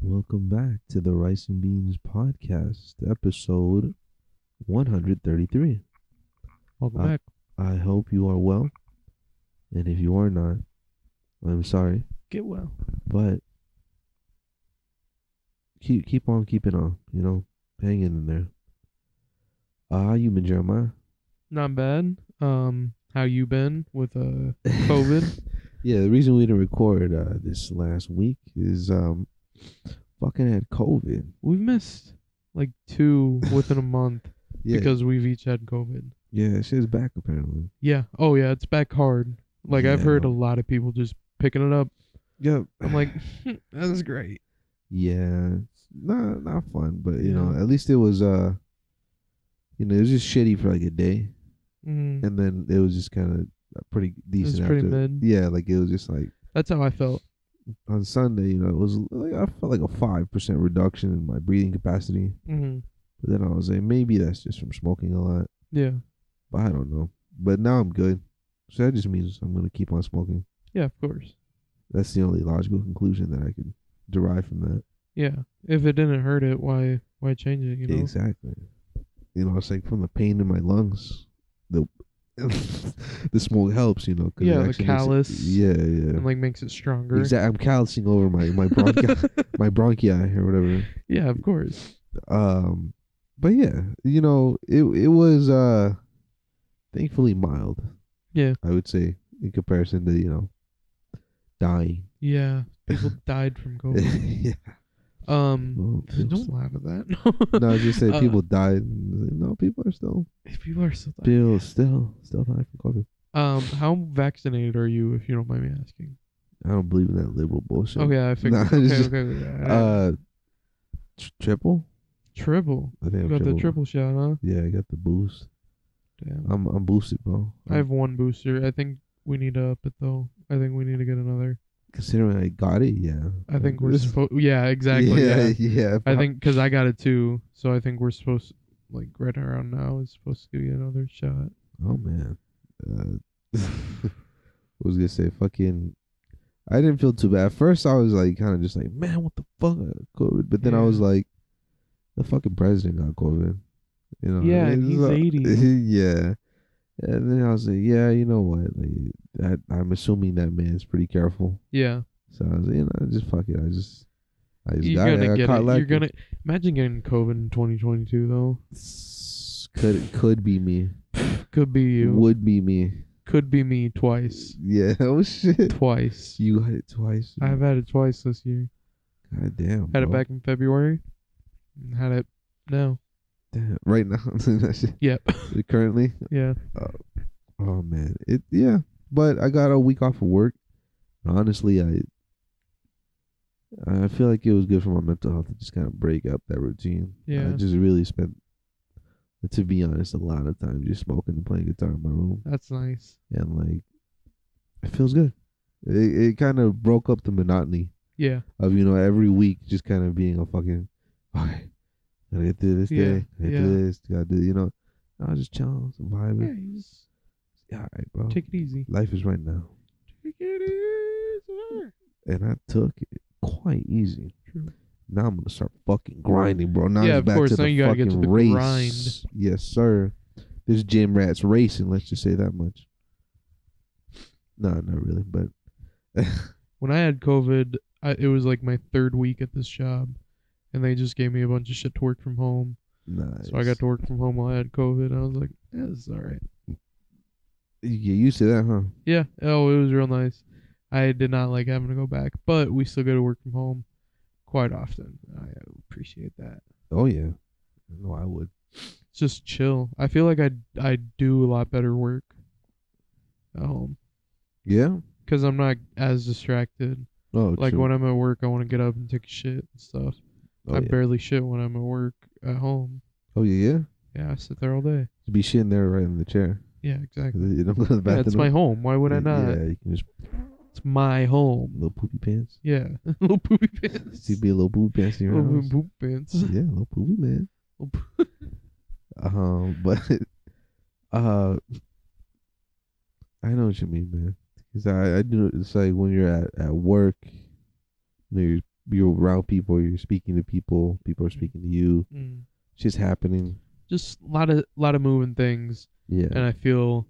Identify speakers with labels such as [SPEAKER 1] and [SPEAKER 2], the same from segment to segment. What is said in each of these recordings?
[SPEAKER 1] Welcome back to the Rice and Beans Podcast, episode 133.
[SPEAKER 2] Welcome
[SPEAKER 1] Uh,
[SPEAKER 2] back.
[SPEAKER 1] I hope you are well. And if you are not, I'm sorry,
[SPEAKER 2] Get well.
[SPEAKER 1] but keep keep on keeping on, you know, hanging in there. Ah, you been Jeremiah?
[SPEAKER 2] Not bad. Um, how you been with uh COVID?
[SPEAKER 1] yeah, the reason we didn't record uh, this last week is um fucking had COVID.
[SPEAKER 2] We've missed like two within a month
[SPEAKER 1] Yeah,
[SPEAKER 2] because we've each had COVID.
[SPEAKER 1] yeah, shit's back apparently.
[SPEAKER 2] Yeah. Oh yeah, it's back hard. Like I've
[SPEAKER 1] Yeah.
[SPEAKER 2] heard a lot of people just picking it up.
[SPEAKER 1] Yep.
[SPEAKER 2] I'm like, that's great.
[SPEAKER 1] Yeah, it's not not fun, but you know,
[SPEAKER 2] Yeah.
[SPEAKER 1] at least it was uh, you know, it was just shitty for like a day,
[SPEAKER 2] Mm,
[SPEAKER 1] and then it was just kind of pretty
[SPEAKER 2] it's
[SPEAKER 1] decent
[SPEAKER 2] pretty
[SPEAKER 1] after.
[SPEAKER 2] mid.
[SPEAKER 1] Yeah, like it was just like
[SPEAKER 2] That's how I felt.
[SPEAKER 1] on Sunday, you know, it was like I felt like a five percent reduction in my breathing capacity,
[SPEAKER 2] hmm
[SPEAKER 1] but then I was like, maybe that's just from smoking a lot,
[SPEAKER 2] Yeah.
[SPEAKER 1] but I don't know. But now I'm good, so that just means I'm gonna keep on smoking.
[SPEAKER 2] Yeah. Of course.
[SPEAKER 1] That's the only logical conclusion that I could derive from that.
[SPEAKER 2] Yeah. If it didn't hurt it, why why change it? You know.
[SPEAKER 1] Exactly. You know, it's like from the pain in my lungs, the the smoke helps. You know, 'cause it
[SPEAKER 2] Yeah,
[SPEAKER 1] actually
[SPEAKER 2] the
[SPEAKER 1] makes it-
[SPEAKER 2] callus
[SPEAKER 1] yeah, yeah.
[SPEAKER 2] And like makes it stronger.
[SPEAKER 1] Exactly. I'm callousing over my my bronchi, my bronchi or whatever.
[SPEAKER 2] yeah. Of course.
[SPEAKER 1] Um, but yeah, you know, it it was uh, thankfully mild.
[SPEAKER 2] Yeah.
[SPEAKER 1] I would say in comparison to you know, dying.
[SPEAKER 2] Yeah. People died from COVID.
[SPEAKER 1] yeah.
[SPEAKER 2] Um.
[SPEAKER 1] Well,
[SPEAKER 2] Oh. Don't
[SPEAKER 1] people-
[SPEAKER 2] laugh at that.
[SPEAKER 1] No, I just say
[SPEAKER 2] Uh,
[SPEAKER 1] people died. No, people are still,
[SPEAKER 2] if people are still dying.
[SPEAKER 1] still, still, still dying from COVID.
[SPEAKER 2] Um, how vaccinated are you, if you don't mind me asking?
[SPEAKER 1] I don't believe in that liberal bullshit.
[SPEAKER 2] Okay, I figured.
[SPEAKER 1] Nah,
[SPEAKER 2] okay,
[SPEAKER 1] it's just-
[SPEAKER 2] okay, okay. Uh,
[SPEAKER 1] Uh, tr- triple.
[SPEAKER 2] triple.
[SPEAKER 1] I think
[SPEAKER 2] You
[SPEAKER 1] I'm
[SPEAKER 2] got the triple shot, huh?
[SPEAKER 1] Yeah, I got the boost.
[SPEAKER 2] Damn.
[SPEAKER 1] I'm I'm boosted, bro.
[SPEAKER 2] I have one booster. I think we need to up it though. I think we need to get another.
[SPEAKER 1] considering I got it. Yeah.
[SPEAKER 2] I think we're
[SPEAKER 1] This-
[SPEAKER 2] supposed. Yeah, exactly. Yeah.
[SPEAKER 1] Yeah, yeah.
[SPEAKER 2] I think because I got it too, so I think we're supposed like right around now is supposed to get another shot.
[SPEAKER 1] Oh man. Uh, I was gonna say fucking. I didn't feel too bad. At first, I was like, kind of just like, man, what the fuck, I got COVID. But then I
[SPEAKER 2] Yeah.
[SPEAKER 1] was like, the fucking president got COVID. You know.
[SPEAKER 2] Yeah, and
[SPEAKER 1] it's
[SPEAKER 2] he's
[SPEAKER 1] like-
[SPEAKER 2] 80.
[SPEAKER 1] yeah. And then I was like, yeah, you know what? Like, I, I'm assuming that man's pretty careful.
[SPEAKER 2] Yeah,
[SPEAKER 1] So I was like, you know, just fuck it. I just, I just
[SPEAKER 2] you're
[SPEAKER 1] got
[SPEAKER 2] gonna
[SPEAKER 1] it. I
[SPEAKER 2] get
[SPEAKER 1] caught
[SPEAKER 2] it. You're
[SPEAKER 1] lacking.
[SPEAKER 2] gonna imagine getting COVID in 2022 though.
[SPEAKER 1] S- Could could be me.
[SPEAKER 2] Could be you.
[SPEAKER 1] Would be me.
[SPEAKER 2] Could be me twice.
[SPEAKER 1] Yeah. Oh shit.
[SPEAKER 2] Twice.
[SPEAKER 1] You got it twice.
[SPEAKER 2] I've had it twice this year.
[SPEAKER 1] God damn.
[SPEAKER 2] Had it
[SPEAKER 1] bro.
[SPEAKER 2] back in February. and Had it now.
[SPEAKER 1] Damn. Right now. That shit.
[SPEAKER 2] Yep.
[SPEAKER 1] Currently.
[SPEAKER 2] yeah.
[SPEAKER 1] Oh man. It. Yeah. But I got a week off of work. Honestly, I. I feel like it was good for my mental health to just kind of break up that routine. I
[SPEAKER 2] Yeah.
[SPEAKER 1] just really spent, to be honest, a lot of time just smoking and playing guitar in my room.
[SPEAKER 2] That's nice.
[SPEAKER 1] and like it feels good. It it kind of broke up the monotony
[SPEAKER 2] Yeah.
[SPEAKER 1] of you know every week just kind of being a fucking okay. Gotta get through this
[SPEAKER 2] Yeah,
[SPEAKER 1] day. Gotta get through this. Gotta do you know. I was just chilling,
[SPEAKER 2] Yeah.
[SPEAKER 1] surviving.
[SPEAKER 2] you just
[SPEAKER 1] Yeah, all right, bro.
[SPEAKER 2] take it easy.
[SPEAKER 1] Life is right now,
[SPEAKER 2] Take it easy.
[SPEAKER 1] and I took it quite easy.
[SPEAKER 2] True.
[SPEAKER 1] Now I'm gonna start fucking grinding, bro. Now
[SPEAKER 2] Yeah,
[SPEAKER 1] it's
[SPEAKER 2] of
[SPEAKER 1] back
[SPEAKER 2] course,
[SPEAKER 1] to
[SPEAKER 2] now
[SPEAKER 1] the
[SPEAKER 2] you gotta
[SPEAKER 1] fucking
[SPEAKER 2] get to the
[SPEAKER 1] race.
[SPEAKER 2] grind.
[SPEAKER 1] Yes, sir. This gym rat's racing. Let's just say that much. No, not really, but
[SPEAKER 2] When I had COVID, I, it was like my third week at this job, and they just gave me a bunch of shit to work from home.
[SPEAKER 1] nice.
[SPEAKER 2] So I got to work from home while I had COVID. And I was like, yeah, this is all right.
[SPEAKER 1] You get used to that, huh?
[SPEAKER 2] Yeah. Oh, it was real nice. I did not like having to go back, but we still go to work from home quite often. I appreciate that.
[SPEAKER 1] Oh yeah. No, I would.
[SPEAKER 2] It's just chill. I feel like I I do a lot better work at home
[SPEAKER 1] Yeah.
[SPEAKER 2] because I'm not as distracted.
[SPEAKER 1] Oh,
[SPEAKER 2] Like
[SPEAKER 1] true.
[SPEAKER 2] when I'm at work, I want to get up and take a shit and stuff.
[SPEAKER 1] Oh,
[SPEAKER 2] I
[SPEAKER 1] yeah.
[SPEAKER 2] barely shit when I'm at work at home.
[SPEAKER 1] oh yeah, yeah.
[SPEAKER 2] Yeah, I sit there all day.
[SPEAKER 1] Just be shitting there right in the chair.
[SPEAKER 2] Yeah, exactly.
[SPEAKER 1] You don't go to the
[SPEAKER 2] Yeah,
[SPEAKER 1] bathroom.
[SPEAKER 2] it's my home. Why would I not?
[SPEAKER 1] Yeah, you can just
[SPEAKER 2] It's my home.
[SPEAKER 1] little poopy pants.
[SPEAKER 2] Yeah, little poopy pants.
[SPEAKER 1] See, be a little poopy pants in your
[SPEAKER 2] Little
[SPEAKER 1] house.
[SPEAKER 2] poop pants.
[SPEAKER 1] Yeah, little poopy man.
[SPEAKER 2] Little poop-
[SPEAKER 1] Um, but uh, I know what you mean, man. Cause I I do. It's like when you're at at work, you know, you're you're around people, you're speaking to people, people are speaking to you.
[SPEAKER 2] Mm.
[SPEAKER 1] Shit's happening.
[SPEAKER 2] Just a lot of lot of moving things,
[SPEAKER 1] Yeah.
[SPEAKER 2] and I feel.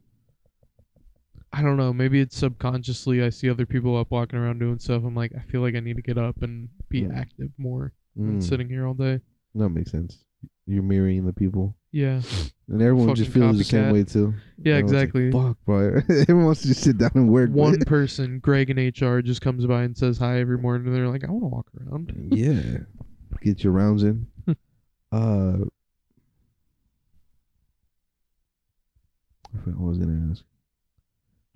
[SPEAKER 2] I don't know. Maybe it's subconsciously. I see other people up walking around doing stuff. I'm like, I feel like I need to get up and be
[SPEAKER 1] Mm.
[SPEAKER 2] active more than
[SPEAKER 1] Mm,
[SPEAKER 2] sitting here all day.
[SPEAKER 1] that makes sense. You're mirroring the people,
[SPEAKER 2] Yeah.
[SPEAKER 1] and everyone just
[SPEAKER 2] Fucking
[SPEAKER 1] feels the same
[SPEAKER 2] copycat.
[SPEAKER 1] way too.
[SPEAKER 2] Yeah,
[SPEAKER 1] Everyone's like,
[SPEAKER 2] exactly.
[SPEAKER 1] Fuck, bro. Everyone wants to just sit down and work. bro."
[SPEAKER 2] One person, Greg in HR, just comes by and says hi every morning. And they're like, I want to walk around.
[SPEAKER 1] yeah, get your rounds in.
[SPEAKER 2] Hmm.
[SPEAKER 1] uh, I forgot what I was gonna ask.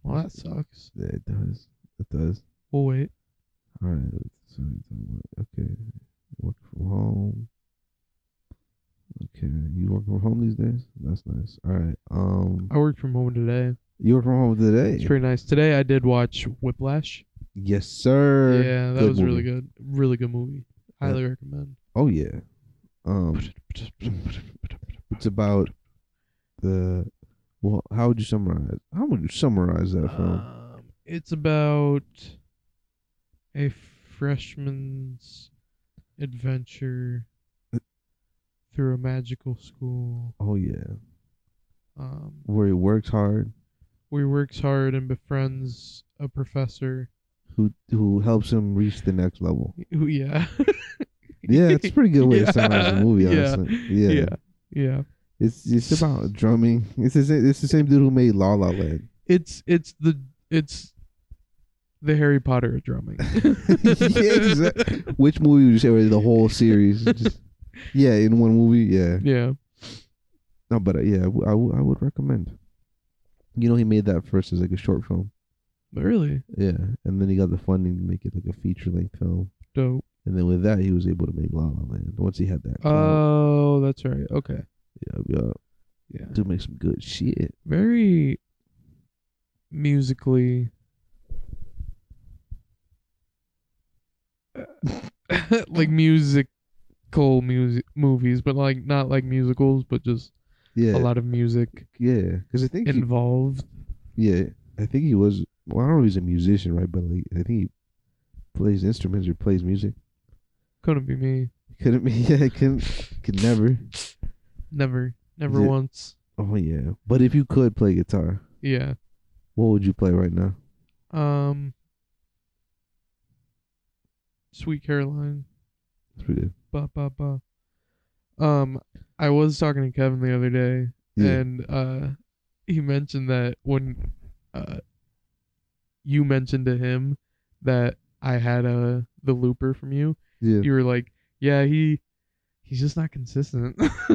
[SPEAKER 2] Well, that sucks.
[SPEAKER 1] Yeah, it does. It does.
[SPEAKER 2] We'll wait.
[SPEAKER 1] All right. So you talking about- okay, work from home. Okay, you work from home these days. That's nice. All right. Um,
[SPEAKER 2] I worked from home today.
[SPEAKER 1] you work from home
[SPEAKER 2] It's
[SPEAKER 1] today.
[SPEAKER 2] pretty nice. Today I did watch Whiplash.
[SPEAKER 1] Yes, sir.
[SPEAKER 2] Yeah, that
[SPEAKER 1] Good
[SPEAKER 2] was really
[SPEAKER 1] movie.
[SPEAKER 2] good. Really good movie. Highly recommend.
[SPEAKER 1] Oh yeah. Um, it's about the. Well, how would you summarize? How would you summarize that film?
[SPEAKER 2] Um, it's about a freshman's adventure through a magical school.
[SPEAKER 1] oh yeah,
[SPEAKER 2] Um,
[SPEAKER 1] where he works hard,
[SPEAKER 2] where he works hard and befriends a professor.
[SPEAKER 1] who who helps him reach the next level.
[SPEAKER 2] Who, yeah.
[SPEAKER 1] Yeah, it's a pretty good way
[SPEAKER 2] Yeah,
[SPEAKER 1] to summarize the movie.
[SPEAKER 2] yeah,
[SPEAKER 1] Honestly,
[SPEAKER 2] yeah.
[SPEAKER 1] yeah.
[SPEAKER 2] Yeah.
[SPEAKER 1] It's it's about drumming. It's the same, it's the same dude who made La La Land.
[SPEAKER 2] It's it's the it's the Harry Potter of drumming.
[SPEAKER 1] exactly. Which movie would you say was the whole series? Just, yeah, in one movie. Yeah,
[SPEAKER 2] Yeah.
[SPEAKER 1] no, but uh, yeah, I, w- I, w- I would recommend. You know, he made that first as like a short film.
[SPEAKER 2] But really
[SPEAKER 1] Yeah, and then he got the funding to make it like a feature length film,
[SPEAKER 2] dope.
[SPEAKER 1] and then with that he was able to make La La Land. Once he had that, clout,
[SPEAKER 2] Oh, that's right. Okay.
[SPEAKER 1] yeah, yeah,
[SPEAKER 2] Yeah.
[SPEAKER 1] dude make some good shit.
[SPEAKER 2] Very musically uh, like musical music movies, but like not like musicals, but just
[SPEAKER 1] Yeah,
[SPEAKER 2] a lot of music
[SPEAKER 1] yeah, because I think he-
[SPEAKER 2] involved.
[SPEAKER 1] Yeah, I think he was. Well, I don't know if he's a musician, right? But like, I think he plays instruments or plays music.
[SPEAKER 2] Couldn't be me.
[SPEAKER 1] Couldn't be. Yeah, it couldn't. Could never.
[SPEAKER 2] Never. Never
[SPEAKER 1] Yeah.
[SPEAKER 2] once.
[SPEAKER 1] Oh yeah. But if you could play guitar,
[SPEAKER 2] Yeah.
[SPEAKER 1] what would you play right now?
[SPEAKER 2] Um Sweet Caroline.
[SPEAKER 1] That's pretty good.
[SPEAKER 2] Ba ba ba. Um I was talking to Kevin the other day
[SPEAKER 1] Yeah.
[SPEAKER 2] and uh he mentioned that when uh you mentioned to him that I had uh the looper from you,
[SPEAKER 1] yeah.
[SPEAKER 2] you were like, Yeah, he he's just not consistent.
[SPEAKER 1] yeah. Yeah. Yeah.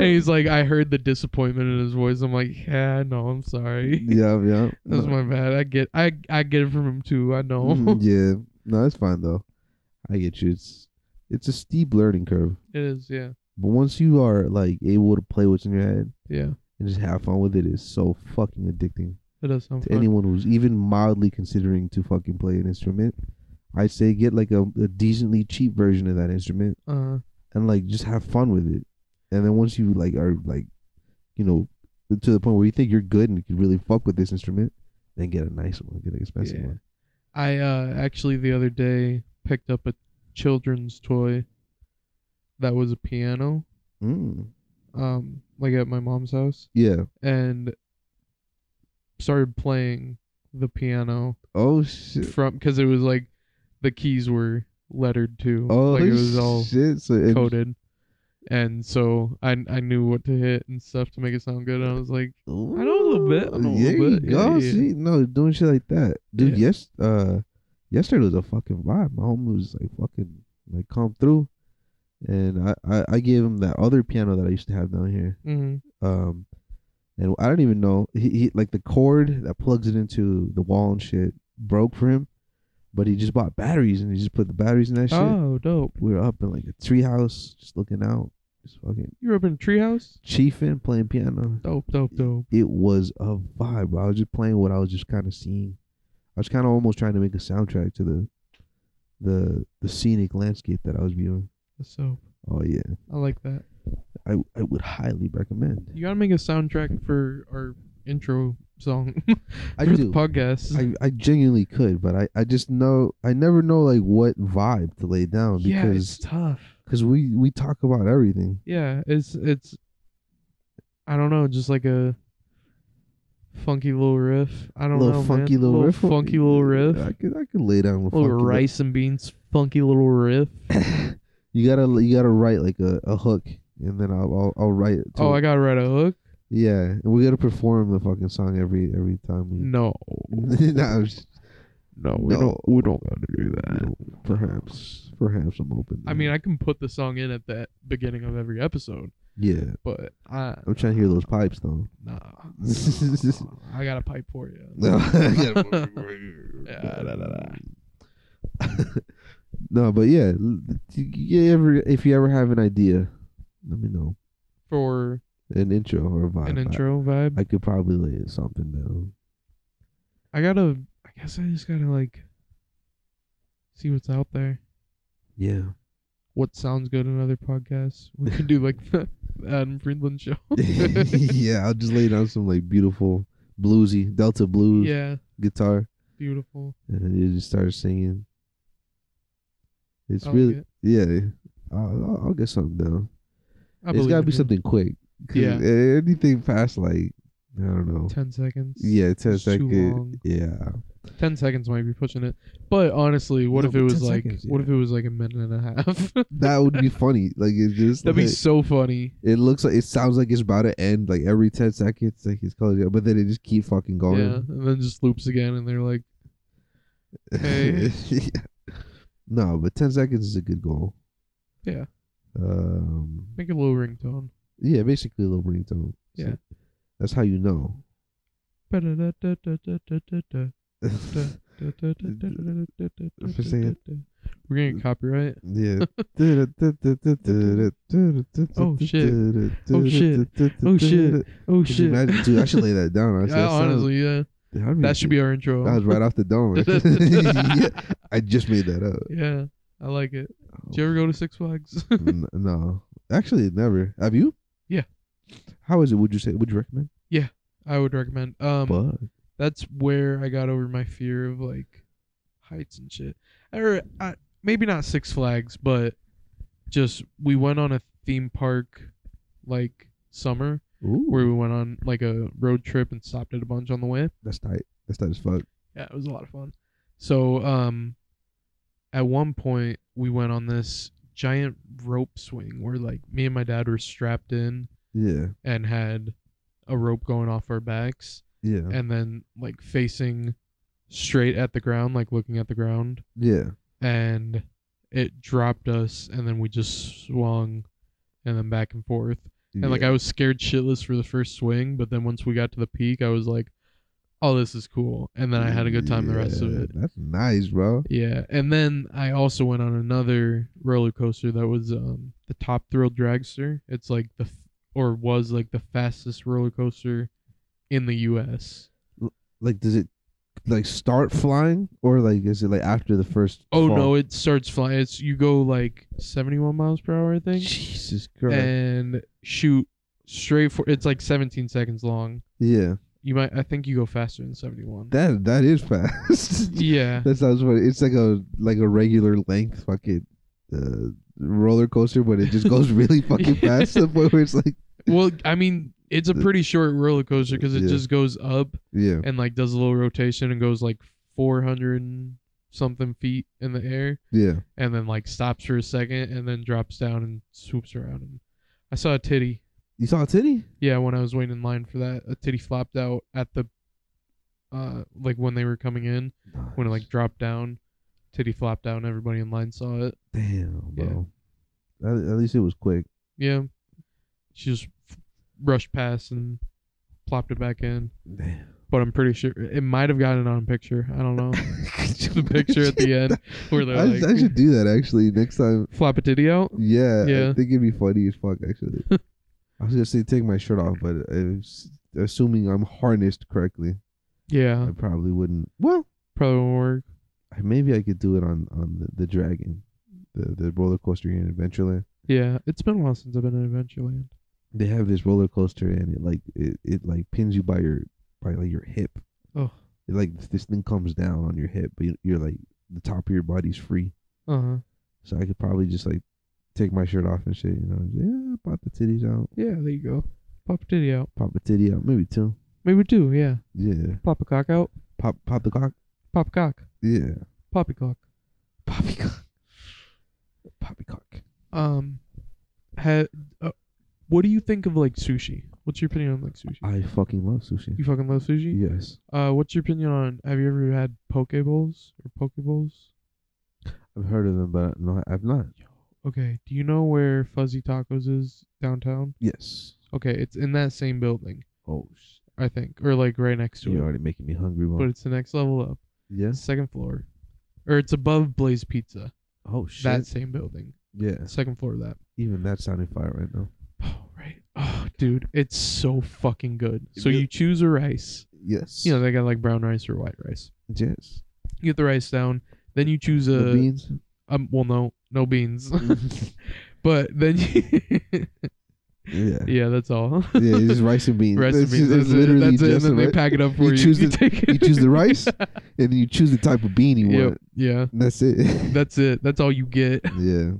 [SPEAKER 1] Yeah.
[SPEAKER 2] he's like, I heard the disappointment in his voice. I'm like, yeah, no, I'm sorry.
[SPEAKER 1] Yeah. Yeah.
[SPEAKER 2] That's
[SPEAKER 1] No.
[SPEAKER 2] my bad. I get, I, I get it from him too. I know
[SPEAKER 1] Mm, yeah. No, it's fine though. I get you. It's it's a steep learning curve,
[SPEAKER 2] it is. Yeah,
[SPEAKER 1] but once you are like able to play what's in your head
[SPEAKER 2] yeah,
[SPEAKER 1] and just have fun with it, it's so fucking addicting.
[SPEAKER 2] it does sound
[SPEAKER 1] to
[SPEAKER 2] fun.
[SPEAKER 1] anyone who's even mildly considering to fucking play an instrument, I'd say get like a, a decently cheap version of that instrument
[SPEAKER 2] uh,
[SPEAKER 1] and like just have fun with it. And then once you like are like, you know, to the point where you think you're good and you can really fuck with this instrument, then get a nice one, get an expensive
[SPEAKER 2] Yeah.
[SPEAKER 1] one.
[SPEAKER 2] I uh, actually the other day picked up a children's toy that was a piano,
[SPEAKER 1] Mm.
[SPEAKER 2] um, like at my mom's house,
[SPEAKER 1] Yeah.
[SPEAKER 2] and started playing the piano
[SPEAKER 1] Oh shit.
[SPEAKER 2] from because it was like the keys were lettered too.
[SPEAKER 1] Oh
[SPEAKER 2] like it was all
[SPEAKER 1] shit. So it-
[SPEAKER 2] coded. And so I I knew what to hit and stuff to make it sound good. And I was like, I know a little bit, I know a
[SPEAKER 1] Ooh,
[SPEAKER 2] little
[SPEAKER 1] there you
[SPEAKER 2] bit, yeah,
[SPEAKER 1] go.
[SPEAKER 2] yeah.
[SPEAKER 1] See, no, doing shit like that, dude.
[SPEAKER 2] Yeah.
[SPEAKER 1] Yes, uh, yesterday was a fucking vibe. My homie was like, fucking, like, come through, and I, I, I gave him that other piano that I used to have down here.
[SPEAKER 2] mm,
[SPEAKER 1] Um, and I don't even know. He, he like the cord that plugs it into the wall and shit broke for him, but he just bought batteries and he just put the batteries in that shit.
[SPEAKER 2] oh, dope.
[SPEAKER 1] We were up in like a tree house, just looking out, just fucking
[SPEAKER 2] You were up in a treehouse?
[SPEAKER 1] chiefing, playing piano
[SPEAKER 2] Dope, dope, dope.
[SPEAKER 1] it was a vibe. bro. I was just playing what I was just kind of seeing. I was kind of almost trying to make a soundtrack to the the the scenic landscape that I was viewing.
[SPEAKER 2] That's dope.
[SPEAKER 1] Oh yeah,
[SPEAKER 2] I like that.
[SPEAKER 1] I I would highly recommend.
[SPEAKER 2] You gotta make a soundtrack for our intro song.
[SPEAKER 1] I
[SPEAKER 2] for the
[SPEAKER 1] do.
[SPEAKER 2] podcast.
[SPEAKER 1] I, I genuinely could, but I, I just know I never know like what vibe to lay down
[SPEAKER 2] yeah,
[SPEAKER 1] because
[SPEAKER 2] it's tough.
[SPEAKER 1] cause we we talk about everything.
[SPEAKER 2] Yeah, it's it's. I don't know, just like a funky little riff. I don't
[SPEAKER 1] little
[SPEAKER 2] know,
[SPEAKER 1] funky
[SPEAKER 2] man.
[SPEAKER 1] little, riff.
[SPEAKER 2] funky little riff,
[SPEAKER 1] I could I could lay down with
[SPEAKER 2] little
[SPEAKER 1] funky riff.
[SPEAKER 2] rice and beans, funky little riff.
[SPEAKER 1] you gotta you gotta write like a, a hook, and then I'll I'll, I'll write it. To
[SPEAKER 2] Oh,
[SPEAKER 1] it.
[SPEAKER 2] I got right a hook.
[SPEAKER 1] yeah, and we gotta perform the fucking song every every time we.
[SPEAKER 2] No,
[SPEAKER 1] Nah, I'm just-
[SPEAKER 2] Mm. no, we
[SPEAKER 1] No.
[SPEAKER 2] don't, we don't got to do that.
[SPEAKER 1] you know, perhaps perhaps I'm open. to
[SPEAKER 2] I mean,
[SPEAKER 1] that.
[SPEAKER 2] I can put the song in at the beginning of every episode,
[SPEAKER 1] yeah,
[SPEAKER 2] but I
[SPEAKER 1] I'm trying to hear those pipes though.
[SPEAKER 2] nah. I got a pipe for you.
[SPEAKER 1] No,
[SPEAKER 2] Yeah, da, da, da.
[SPEAKER 1] no, but yeah, l- you ever if you ever have an idea, let me know
[SPEAKER 2] For
[SPEAKER 1] an intro or a vibe.
[SPEAKER 2] an
[SPEAKER 1] I-
[SPEAKER 2] intro vibe,
[SPEAKER 1] I, could probably lay something down.
[SPEAKER 2] I gotta. I guess I just gotta like see what's out there.
[SPEAKER 1] Yeah,
[SPEAKER 2] What sounds good in other podcasts? We could do like the Adam Friedland show.
[SPEAKER 1] yeah, I'll just lay down some like beautiful bluesy Delta blues
[SPEAKER 2] yeah,
[SPEAKER 1] guitar,
[SPEAKER 2] beautiful.
[SPEAKER 1] and then you just start singing. It's
[SPEAKER 2] I like
[SPEAKER 1] really
[SPEAKER 2] it.
[SPEAKER 1] yeah. I'll, I'll- I'll get something down.
[SPEAKER 2] I
[SPEAKER 1] it's
[SPEAKER 2] believe
[SPEAKER 1] gotta
[SPEAKER 2] in
[SPEAKER 1] be
[SPEAKER 2] you.
[SPEAKER 1] something quick. 'cause
[SPEAKER 2] Yeah.
[SPEAKER 1] anything past like I don't know.
[SPEAKER 2] Ten seconds.
[SPEAKER 1] Yeah, ten
[SPEAKER 2] It's too
[SPEAKER 1] second.
[SPEAKER 2] long.
[SPEAKER 1] Yeah,
[SPEAKER 2] Ten seconds might be pushing it, but honestly, what
[SPEAKER 1] No,
[SPEAKER 2] if
[SPEAKER 1] but
[SPEAKER 2] it was
[SPEAKER 1] 10
[SPEAKER 2] like
[SPEAKER 1] seconds,
[SPEAKER 2] what
[SPEAKER 1] yeah.
[SPEAKER 2] if it was like a minute and a half?
[SPEAKER 1] that would be funny. Like it just
[SPEAKER 2] That'd be
[SPEAKER 1] like,
[SPEAKER 2] so funny.
[SPEAKER 1] it looks like it sounds like it's about to end. Like every ten seconds, like he's calling it, but then it just keep fucking going.
[SPEAKER 2] Yeah, and then just loops again, and they're like, Hey.
[SPEAKER 1] Yeah. No, but ten seconds is a good goal.
[SPEAKER 2] Yeah.
[SPEAKER 1] Um.
[SPEAKER 2] make a little ringtone.
[SPEAKER 1] Yeah, basically a little ringtone.
[SPEAKER 2] Yeah.
[SPEAKER 1] That's how you know. For saying-
[SPEAKER 2] We're
[SPEAKER 1] Mm.
[SPEAKER 2] getting copyright.
[SPEAKER 1] yeah.
[SPEAKER 2] Oh, shit. Oh, shit. Oh, shit. Oh
[SPEAKER 1] Could you
[SPEAKER 2] shit!
[SPEAKER 1] imagine- dude, I should lay that down. Honestly,
[SPEAKER 2] yeah,
[SPEAKER 1] That sounds-
[SPEAKER 2] honestly, yeah,
[SPEAKER 1] that'd
[SPEAKER 2] that should be our intro.
[SPEAKER 1] That was right off the dome. Yeah, I just made that up.
[SPEAKER 2] yeah, I like it. Did you ever go to Six Flags?
[SPEAKER 1] N- no, actually, never. Have you?
[SPEAKER 2] Yeah.
[SPEAKER 1] How is it? Would you say? Would you recommend?
[SPEAKER 2] I would recommend. Um,
[SPEAKER 1] Fuck.
[SPEAKER 2] that's where I got over my fear of like heights and shit. Or I, maybe not Six Flags, but just we went on a theme park like summer
[SPEAKER 1] Ooh,
[SPEAKER 2] where we went on like a road trip and stopped at a bunch on the way.
[SPEAKER 1] that's tight. That's tight as fuck.
[SPEAKER 2] Yeah, it was a lot of fun. So, um, at one point we went on this giant rope swing where like me and my dad were strapped in
[SPEAKER 1] Yeah,
[SPEAKER 2] and had a rope going off our backs
[SPEAKER 1] yeah,
[SPEAKER 2] and then like facing straight at the ground, like looking at the ground,
[SPEAKER 1] yeah.
[SPEAKER 2] and it dropped us, and then we just swung, and then back and forth. And like I was scared shitless for the first swing, but then once we got to the peak, I was like, "Oh, this is cool," and then I had a good time the rest of it.
[SPEAKER 1] That's nice, bro.
[SPEAKER 2] Yeah, and then I also went on another roller coaster that was um the Top Thrill Dragster. It's like the f- or was like the fastest roller coaster in the U.S.
[SPEAKER 1] Like, does it like start flying or like is it like after the first?
[SPEAKER 2] Oh
[SPEAKER 1] fall?
[SPEAKER 2] no, it starts flying. It's you go like 71 miles per hour, I think,
[SPEAKER 1] Jesus Christ.
[SPEAKER 2] and shoot straight for. It's like 17 seconds long.
[SPEAKER 1] yeah,
[SPEAKER 2] You might, I think, you go faster than 71.
[SPEAKER 1] that that is fast.
[SPEAKER 2] yeah,
[SPEAKER 1] That sounds funny. It's like a like a regular length fucking uh, roller coaster, but it just goes really fucking fast to the point where it's like,
[SPEAKER 2] well, I mean, it's a pretty short roller coaster because it
[SPEAKER 1] Yeah.
[SPEAKER 2] just goes up
[SPEAKER 1] yeah,
[SPEAKER 2] and like does a little rotation and goes like 400 and something feet in the air,
[SPEAKER 1] yeah.
[SPEAKER 2] and then like stops for a second and then drops down and swoops around. And I saw a titty.
[SPEAKER 1] You saw a titty?
[SPEAKER 2] Yeah, when I was waiting in line for that, a titty flopped out at the, uh, like when they were coming in, when it like dropped down, titty flopped down. Everybody in line saw it.
[SPEAKER 1] damn,
[SPEAKER 2] Yeah.
[SPEAKER 1] bro. At, at least it was quick.
[SPEAKER 2] Yeah, she just f- rushed past and plopped it back in.
[SPEAKER 1] Damn.
[SPEAKER 2] But I'm pretty sure it might have gotten on picture. I don't know the picture at the end where they're
[SPEAKER 1] I,
[SPEAKER 2] like
[SPEAKER 1] I should do that actually next time.
[SPEAKER 2] flop a titty out.
[SPEAKER 1] Yeah, I
[SPEAKER 2] Yeah.
[SPEAKER 1] think it'd be funny as fuck actually. I was gonna say take my shirt off, but uh, s- assuming I'm harnessed correctly,
[SPEAKER 2] Yeah,
[SPEAKER 1] I probably wouldn't. Well,
[SPEAKER 2] probably won't work.
[SPEAKER 1] I- maybe I could do it on on the, the dragon, the the roller coaster here in Adventureland.
[SPEAKER 2] Yeah, it's been a while since I've been in Adventureland.
[SPEAKER 1] They have this roller coaster and it like it, it like pins you by your probably like your hip.
[SPEAKER 2] Oh.
[SPEAKER 1] It, like this thing comes down on your hip, but you- you're like the top of your body's free.
[SPEAKER 2] Uh huh.
[SPEAKER 1] So I could probably just like take my shirt off and shit. You know, just, yeah, pop the titties out,
[SPEAKER 2] Yeah, there you go. Pop a titty out.
[SPEAKER 1] pop a titty out, maybe two.
[SPEAKER 2] Maybe two, yeah.
[SPEAKER 1] Yeah,
[SPEAKER 2] Pop a cock out.
[SPEAKER 1] pop pop the cock.
[SPEAKER 2] Pop cock.
[SPEAKER 1] Yeah,
[SPEAKER 2] Poppy cock.
[SPEAKER 1] poppycock, poppycock.
[SPEAKER 2] Um, ha- uh, what do you think of like sushi? What's your opinion on like sushi?
[SPEAKER 1] I fucking love sushi.
[SPEAKER 2] You fucking love sushi.
[SPEAKER 1] Yes,
[SPEAKER 2] Uh, what's your opinion on? Have you ever had poke bowls or poke bowls?
[SPEAKER 1] I've heard of them, but no, I've not.
[SPEAKER 2] Okay. Do you know where Fuzzy Tacos is downtown?
[SPEAKER 1] Yes.
[SPEAKER 2] Okay, it's in that same building,
[SPEAKER 1] Oh, sh-
[SPEAKER 2] I think, or like right next to
[SPEAKER 1] you're
[SPEAKER 2] it.
[SPEAKER 1] already making me hungry.
[SPEAKER 2] But
[SPEAKER 1] One.
[SPEAKER 2] it's the next level up,
[SPEAKER 1] Yes.
[SPEAKER 2] second floor, or it's above Blaze Pizza.
[SPEAKER 1] Oh shit.
[SPEAKER 2] That same building,
[SPEAKER 1] yeah.
[SPEAKER 2] second floor of that.
[SPEAKER 1] Even that's sounding fire right now.
[SPEAKER 2] Oh right. Oh dude, it's so fucking good. So
[SPEAKER 1] Yeah.
[SPEAKER 2] you choose a rice.
[SPEAKER 1] Yes.
[SPEAKER 2] You know, they got like brown rice or white rice.
[SPEAKER 1] Yes.
[SPEAKER 2] You get the rice down, then you choose
[SPEAKER 1] the
[SPEAKER 2] a
[SPEAKER 1] beans.
[SPEAKER 2] um well no, no beans. but then you
[SPEAKER 1] yeah. Yeah.
[SPEAKER 2] Yeah, that's all.
[SPEAKER 1] It's rice and beans.
[SPEAKER 2] rice and
[SPEAKER 1] That's
[SPEAKER 2] beans.
[SPEAKER 1] just-
[SPEAKER 2] That's,
[SPEAKER 1] that's
[SPEAKER 2] it.
[SPEAKER 1] literally
[SPEAKER 2] That's it. And
[SPEAKER 1] just
[SPEAKER 2] then
[SPEAKER 1] the
[SPEAKER 2] they
[SPEAKER 1] ri-
[SPEAKER 2] pack it up for you.
[SPEAKER 1] You choose the-
[SPEAKER 2] take it.
[SPEAKER 1] you choose the rice, and you choose the type of bean you
[SPEAKER 2] Yep,
[SPEAKER 1] want.
[SPEAKER 2] yeah.
[SPEAKER 1] And that's it.
[SPEAKER 2] That's it. That's all you get.
[SPEAKER 1] yeah.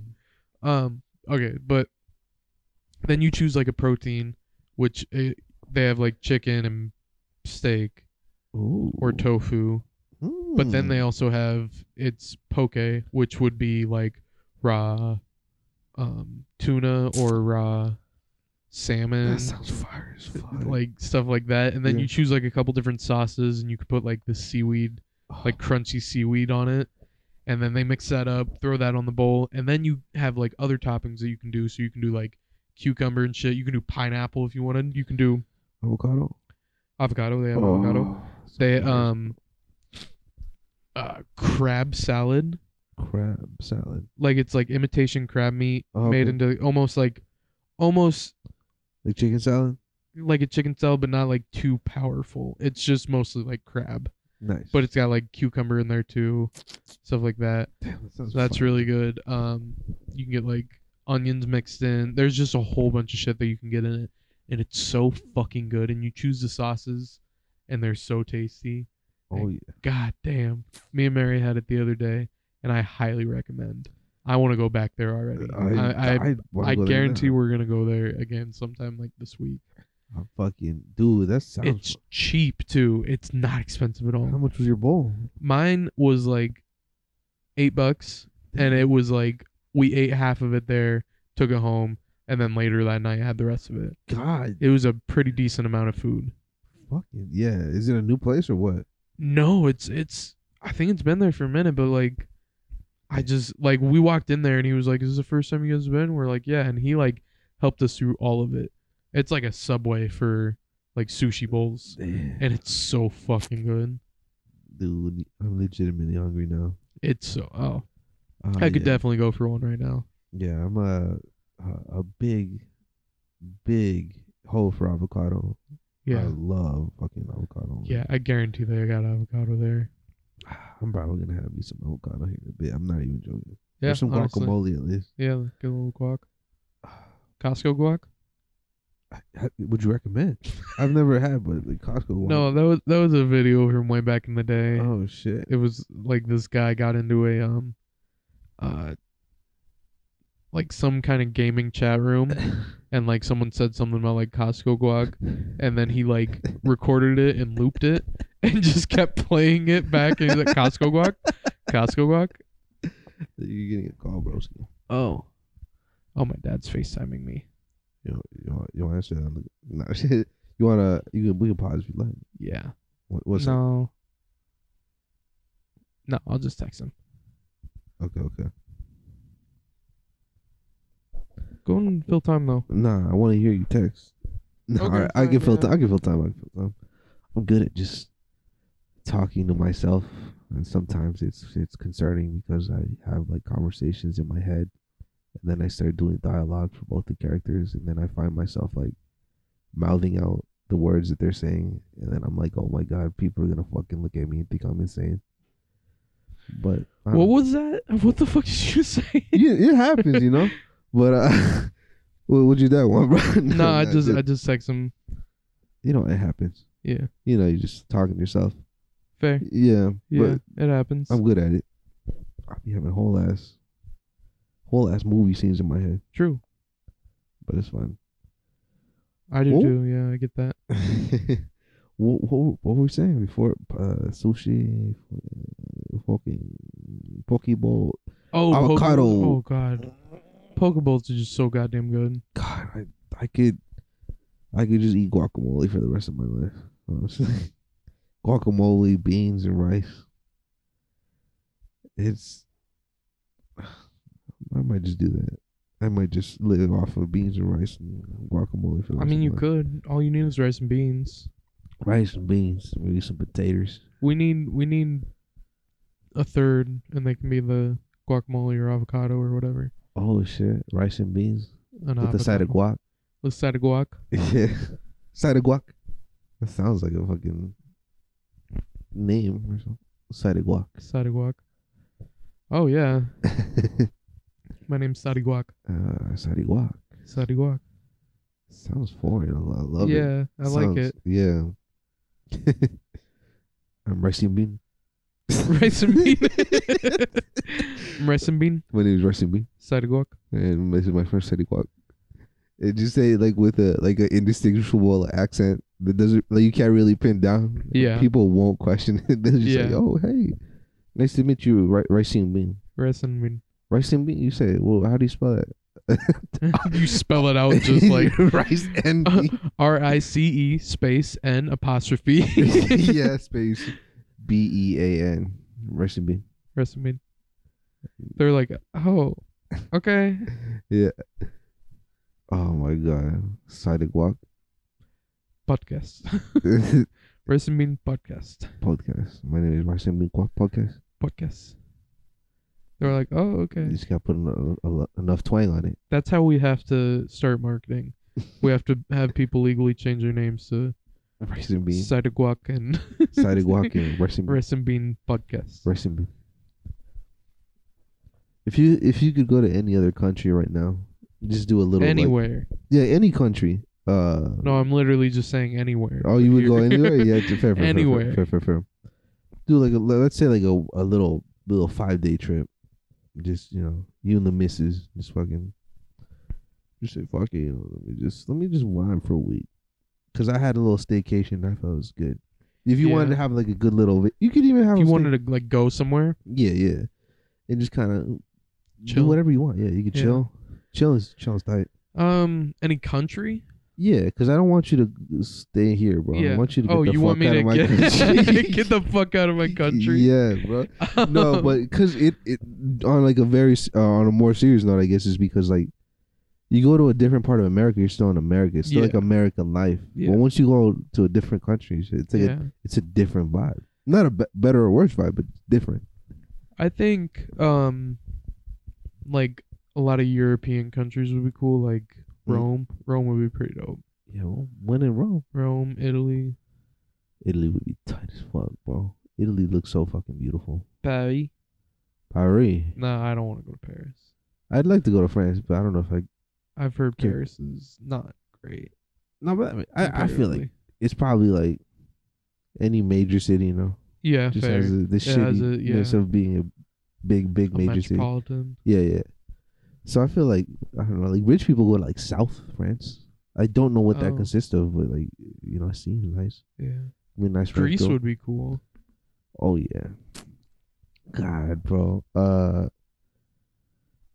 [SPEAKER 2] Um okay, but then you choose like a protein which eh, they have like chicken and steak
[SPEAKER 1] Ooh. Hmm.
[SPEAKER 2] or tofu. But then they also have its poke, which would be like raw um, tuna or raw salmon,
[SPEAKER 1] That sounds fire as fuck.
[SPEAKER 2] Mm. like stuff like that. And then
[SPEAKER 1] Yeah.
[SPEAKER 2] you choose like a couple different sauces, and you could put like the seaweed, like crunchy seaweed on it. And then they mix that up, throw that on the bowl, and then you have like other toppings that you can do. So you can do like cucumber and shit. You can do pineapple if you wanted. You can do
[SPEAKER 1] Oh, avocado.
[SPEAKER 2] avocado. They have
[SPEAKER 1] Oh,
[SPEAKER 2] avocado.
[SPEAKER 1] so
[SPEAKER 2] They
[SPEAKER 1] good.
[SPEAKER 2] um uh crab salad.
[SPEAKER 1] Oh. crab salad,
[SPEAKER 2] Like it's like imitation crab meat
[SPEAKER 1] Oh,
[SPEAKER 2] made
[SPEAKER 1] okay.
[SPEAKER 2] into almost like almost
[SPEAKER 1] like chicken salad.
[SPEAKER 2] like a chicken salad but not like too powerful. It's just mostly like crab.
[SPEAKER 1] Nice.
[SPEAKER 2] But it's got like cucumber in there too. Stuff like that.
[SPEAKER 1] Damn, that sounds
[SPEAKER 2] So that's
[SPEAKER 1] fire.
[SPEAKER 2] really good. Um you can get like onions mixed in. There's just a whole bunch of shit that you can get in it. And it's so fucking good. And you choose the sauces and they're so tasty.
[SPEAKER 1] Oh yeah.
[SPEAKER 2] God damn. Me and Mary had it the other day, and I highly recommend. I want to go back there already. I, I,
[SPEAKER 1] wanna
[SPEAKER 2] I
[SPEAKER 1] go there
[SPEAKER 2] guarantee
[SPEAKER 1] now.
[SPEAKER 2] we're going to go there again sometime like this week.
[SPEAKER 1] I'm fucking dude. That sounds.
[SPEAKER 2] It's cheap, too. It's not expensive at
[SPEAKER 1] how
[SPEAKER 2] all.
[SPEAKER 1] much was your bowl?
[SPEAKER 2] Mine was like eight bucks, and it was like we ate half of it there, took it home, and then later that night had the rest of it.
[SPEAKER 1] God,
[SPEAKER 2] It was a pretty decent amount of food.
[SPEAKER 1] fucking yeah. Is it a new place or what?
[SPEAKER 2] No, it's it's. I think it's been there for a minute, but like, I just like we walked in there and he was like, "Is this the first time you guys have been?" We're like, "Yeah," and he like helped us through all of it. It's like a subway for like sushi bowls,
[SPEAKER 1] Damn,
[SPEAKER 2] and it's so fucking good.
[SPEAKER 1] dude, I'm legitimately hungry now.
[SPEAKER 2] It's so oh,
[SPEAKER 1] Uh,
[SPEAKER 2] I could
[SPEAKER 1] yeah.
[SPEAKER 2] definitely go for one right now.
[SPEAKER 1] Yeah, I'm a a, a big, big hole for avocado. I
[SPEAKER 2] Yeah,
[SPEAKER 1] love fucking avocado.
[SPEAKER 2] yeah, I guarantee they got avocado there.
[SPEAKER 1] I'm probably gonna have me some avocado here in a bit. I'm not even joking.
[SPEAKER 2] Yeah,
[SPEAKER 1] or some
[SPEAKER 2] honestly.
[SPEAKER 1] guacamole at least.
[SPEAKER 2] Yeah, good little guac. Costco guac.
[SPEAKER 1] How- Would you recommend? I've never had, but like Costco. one-
[SPEAKER 2] No, that was that was a video from way back in the day.
[SPEAKER 1] Oh shit.
[SPEAKER 2] it was like this guy got into a um uh like some kind of gaming chat room and like someone said something about like Costco guac and then he like recorded it and looped it and just kept playing it back and he's like Costco guac Costco guac
[SPEAKER 1] You're getting a call, broski.
[SPEAKER 2] oh oh my dad's facetiming me
[SPEAKER 1] You know, you want you want to answer that? on the- No, shit. You wanna you can we can pause if you like.
[SPEAKER 2] yeah
[SPEAKER 1] What, what's up?
[SPEAKER 2] no no I'll just text him
[SPEAKER 1] Okay, okay.
[SPEAKER 2] go and fill time though
[SPEAKER 1] Nah, I want to hear you text. No,
[SPEAKER 2] Okay,
[SPEAKER 1] all right, I
[SPEAKER 2] fine,
[SPEAKER 1] can fill
[SPEAKER 2] yeah.
[SPEAKER 1] time. I can fill time. I can fill time. I'm good at just talking to myself, and sometimes it's it's concerning because I have like conversations in my head, and then I start doing dialogue for both the characters, and then I find myself like mouthing out the words that they're saying, and then I'm like, oh my god, people are gonna fucking look at me and think I'm insane. But I
[SPEAKER 2] what
[SPEAKER 1] don't-
[SPEAKER 2] was that what the fuck did you say
[SPEAKER 1] Yeah, it happens, you know. But uh, what would you do that one, bro?
[SPEAKER 2] no I
[SPEAKER 1] nah,
[SPEAKER 2] just
[SPEAKER 1] dude.
[SPEAKER 2] I just text him
[SPEAKER 1] you know it happens.
[SPEAKER 2] Yeah.
[SPEAKER 1] You know, you're just talking to yourself.
[SPEAKER 2] Fair.
[SPEAKER 1] Yeah,
[SPEAKER 2] Yeah.
[SPEAKER 1] but
[SPEAKER 2] it happens.
[SPEAKER 1] I'm good at it. I be having whole ass, whole ass movie scenes in my head,
[SPEAKER 2] True.
[SPEAKER 1] but it's fun.
[SPEAKER 2] I do
[SPEAKER 1] Oh.
[SPEAKER 2] too. Yeah, I get that.
[SPEAKER 1] what, what what were we saying before? Uh, sushi, uh, fucking pokeball.
[SPEAKER 2] Oh, poke-
[SPEAKER 1] Avocado.
[SPEAKER 2] oh god, pokeballs are just so goddamn good.
[SPEAKER 1] God, I I could, I could just eat guacamole for the rest of my life. Honestly, guacamole, beans, and rice. It's. I might just do that. I might just live off of beans and rice and guacamole for the rest
[SPEAKER 2] I mean,
[SPEAKER 1] of
[SPEAKER 2] you
[SPEAKER 1] my-
[SPEAKER 2] could. All you need is rice and beans.
[SPEAKER 1] rice and beans, maybe some potatoes.
[SPEAKER 2] We need we need a third, and they can be the guacamole or avocado or whatever.
[SPEAKER 1] Oh shit, rice and beans
[SPEAKER 2] An
[SPEAKER 1] with a side of
[SPEAKER 2] avocado.
[SPEAKER 1] guac.
[SPEAKER 2] The side of guac.
[SPEAKER 1] Yeah, side of guac. That sounds like a fucking name or something. Side of guac.
[SPEAKER 2] Side of guac. Oh yeah, my name's Sadi Guac.
[SPEAKER 1] uh, side of guac.
[SPEAKER 2] Sadi Guac.
[SPEAKER 1] Sounds foreign. I lo- I love it.
[SPEAKER 2] yeah, I like
[SPEAKER 1] Sounds-
[SPEAKER 2] it.
[SPEAKER 1] Yeah. I'm rice and bean.
[SPEAKER 2] Rice and bean. rice and bean.
[SPEAKER 1] My name is rice and bean,
[SPEAKER 2] Side of guac.
[SPEAKER 1] and this is my first side of guac. It just say like with a like an indistinguishable accent that doesn't like you can't really pin down.
[SPEAKER 2] Yeah.
[SPEAKER 1] people won't question it. They're just like,
[SPEAKER 2] Yeah.
[SPEAKER 1] oh hey, nice to meet you, Ri- rice and bean.
[SPEAKER 2] Rice and bean.
[SPEAKER 1] Rice and bean. You say, well, how do you spell that?
[SPEAKER 2] you spell it out Oh, just like uh,
[SPEAKER 1] rice and bean.
[SPEAKER 2] R I C E space N apostrophe.
[SPEAKER 1] yeah, space B E A N. Rice and bean.
[SPEAKER 2] Recipe. They're like, oh, okay.
[SPEAKER 1] Oh my god, side of guac
[SPEAKER 2] Podcast. Recipe podcast.
[SPEAKER 1] podcast. My name is rice and bean guac podcast.
[SPEAKER 2] Podcast. They're like, oh,
[SPEAKER 1] You
[SPEAKER 2] okay.
[SPEAKER 1] just gotta put en- a- a- enough twang on it.
[SPEAKER 2] That's how we have to start marketing. We have to have people legally change their names to
[SPEAKER 1] Rice and bean.
[SPEAKER 2] Side of Guac and
[SPEAKER 1] Side of guac and rice and bean.
[SPEAKER 2] Rice and Bean Podcast.
[SPEAKER 1] Rice and bean. If you if you could go to any other country right now, just do a little like-
[SPEAKER 2] Anywhere.
[SPEAKER 1] yeah, any country. Uh,
[SPEAKER 2] No, I'm literally just saying anywhere.
[SPEAKER 1] Oh, you would go
[SPEAKER 2] Here.
[SPEAKER 1] anywhere? Yeah, fair, fair, fair,
[SPEAKER 2] Anywhere.
[SPEAKER 1] Fair, fair, fair, fair. Do like a let's say like a, a little little five day trip. Just you know, you and the missus just fucking. Just say fuck it. You know, let me just let me just whine for a week. Cause I had a little staycation. I felt it was good. If you wanted to
[SPEAKER 2] Yeah.
[SPEAKER 1] have like a good little, va- you could even have.
[SPEAKER 2] If
[SPEAKER 1] a
[SPEAKER 2] you
[SPEAKER 1] stay-
[SPEAKER 2] wanted to like go somewhere,
[SPEAKER 1] yeah, yeah, and just kind of do
[SPEAKER 2] Chill.
[SPEAKER 1] whatever you want. Yeah, you could
[SPEAKER 2] Yeah.
[SPEAKER 1] chill, chill is chill is tight.
[SPEAKER 2] Um, any country?
[SPEAKER 1] Yeah, because I don't want you to uh, stay here, bro. I want you to get
[SPEAKER 2] oh,
[SPEAKER 1] the
[SPEAKER 2] you
[SPEAKER 1] fuck
[SPEAKER 2] want me
[SPEAKER 1] out
[SPEAKER 2] to
[SPEAKER 1] of my country.
[SPEAKER 2] get get the fuck out of my country?
[SPEAKER 1] Yeah, bro. No, but because it, it on like a very s- uh, on a more serious note, I guess is because like you go to a different part of America, you're still in America. It's still like
[SPEAKER 2] Yeah.
[SPEAKER 1] American life.
[SPEAKER 2] Yeah.
[SPEAKER 1] But once you go to a different country, it's it's like
[SPEAKER 2] yeah,
[SPEAKER 1] a, it's a different vibe. Not a be- better or worse vibe, but different.
[SPEAKER 2] I think um, like a lot of European countries would be cool. Like
[SPEAKER 1] Hmm.
[SPEAKER 2] Rome, Rome would be pretty dope.
[SPEAKER 1] You know, when in Rome,
[SPEAKER 2] Rome, Italy,
[SPEAKER 1] Italy would be tight as fuck, bro. Italy looks so fucking beautiful.
[SPEAKER 2] Paris.
[SPEAKER 1] Paris.
[SPEAKER 2] Nah, I don't want to go to Paris.
[SPEAKER 1] I'd like to go to France, but I don't know if I.
[SPEAKER 2] I've heard
[SPEAKER 1] Okay.
[SPEAKER 2] Paris is not great.
[SPEAKER 1] No, but I, mean, I, I feel like
[SPEAKER 2] comparatively.
[SPEAKER 1] it's probably like any major city, you know.
[SPEAKER 2] yeah,
[SPEAKER 1] just
[SPEAKER 2] fair.
[SPEAKER 1] has the, the
[SPEAKER 2] Yeah, has a-
[SPEAKER 1] shittiness
[SPEAKER 2] yeah.
[SPEAKER 1] of being a big, big
[SPEAKER 2] A
[SPEAKER 1] major city.
[SPEAKER 2] metropolitan.
[SPEAKER 1] Yeah, yeah. So I feel like I don't know, like rich people go to like South France. I don't know what that
[SPEAKER 2] Oh.
[SPEAKER 1] consists of, but like you know, it seems nice.
[SPEAKER 2] Yeah,
[SPEAKER 1] I mean, nice. French
[SPEAKER 2] Greece
[SPEAKER 1] girl.
[SPEAKER 2] would be cool.
[SPEAKER 1] Oh yeah. God, bro. Uh,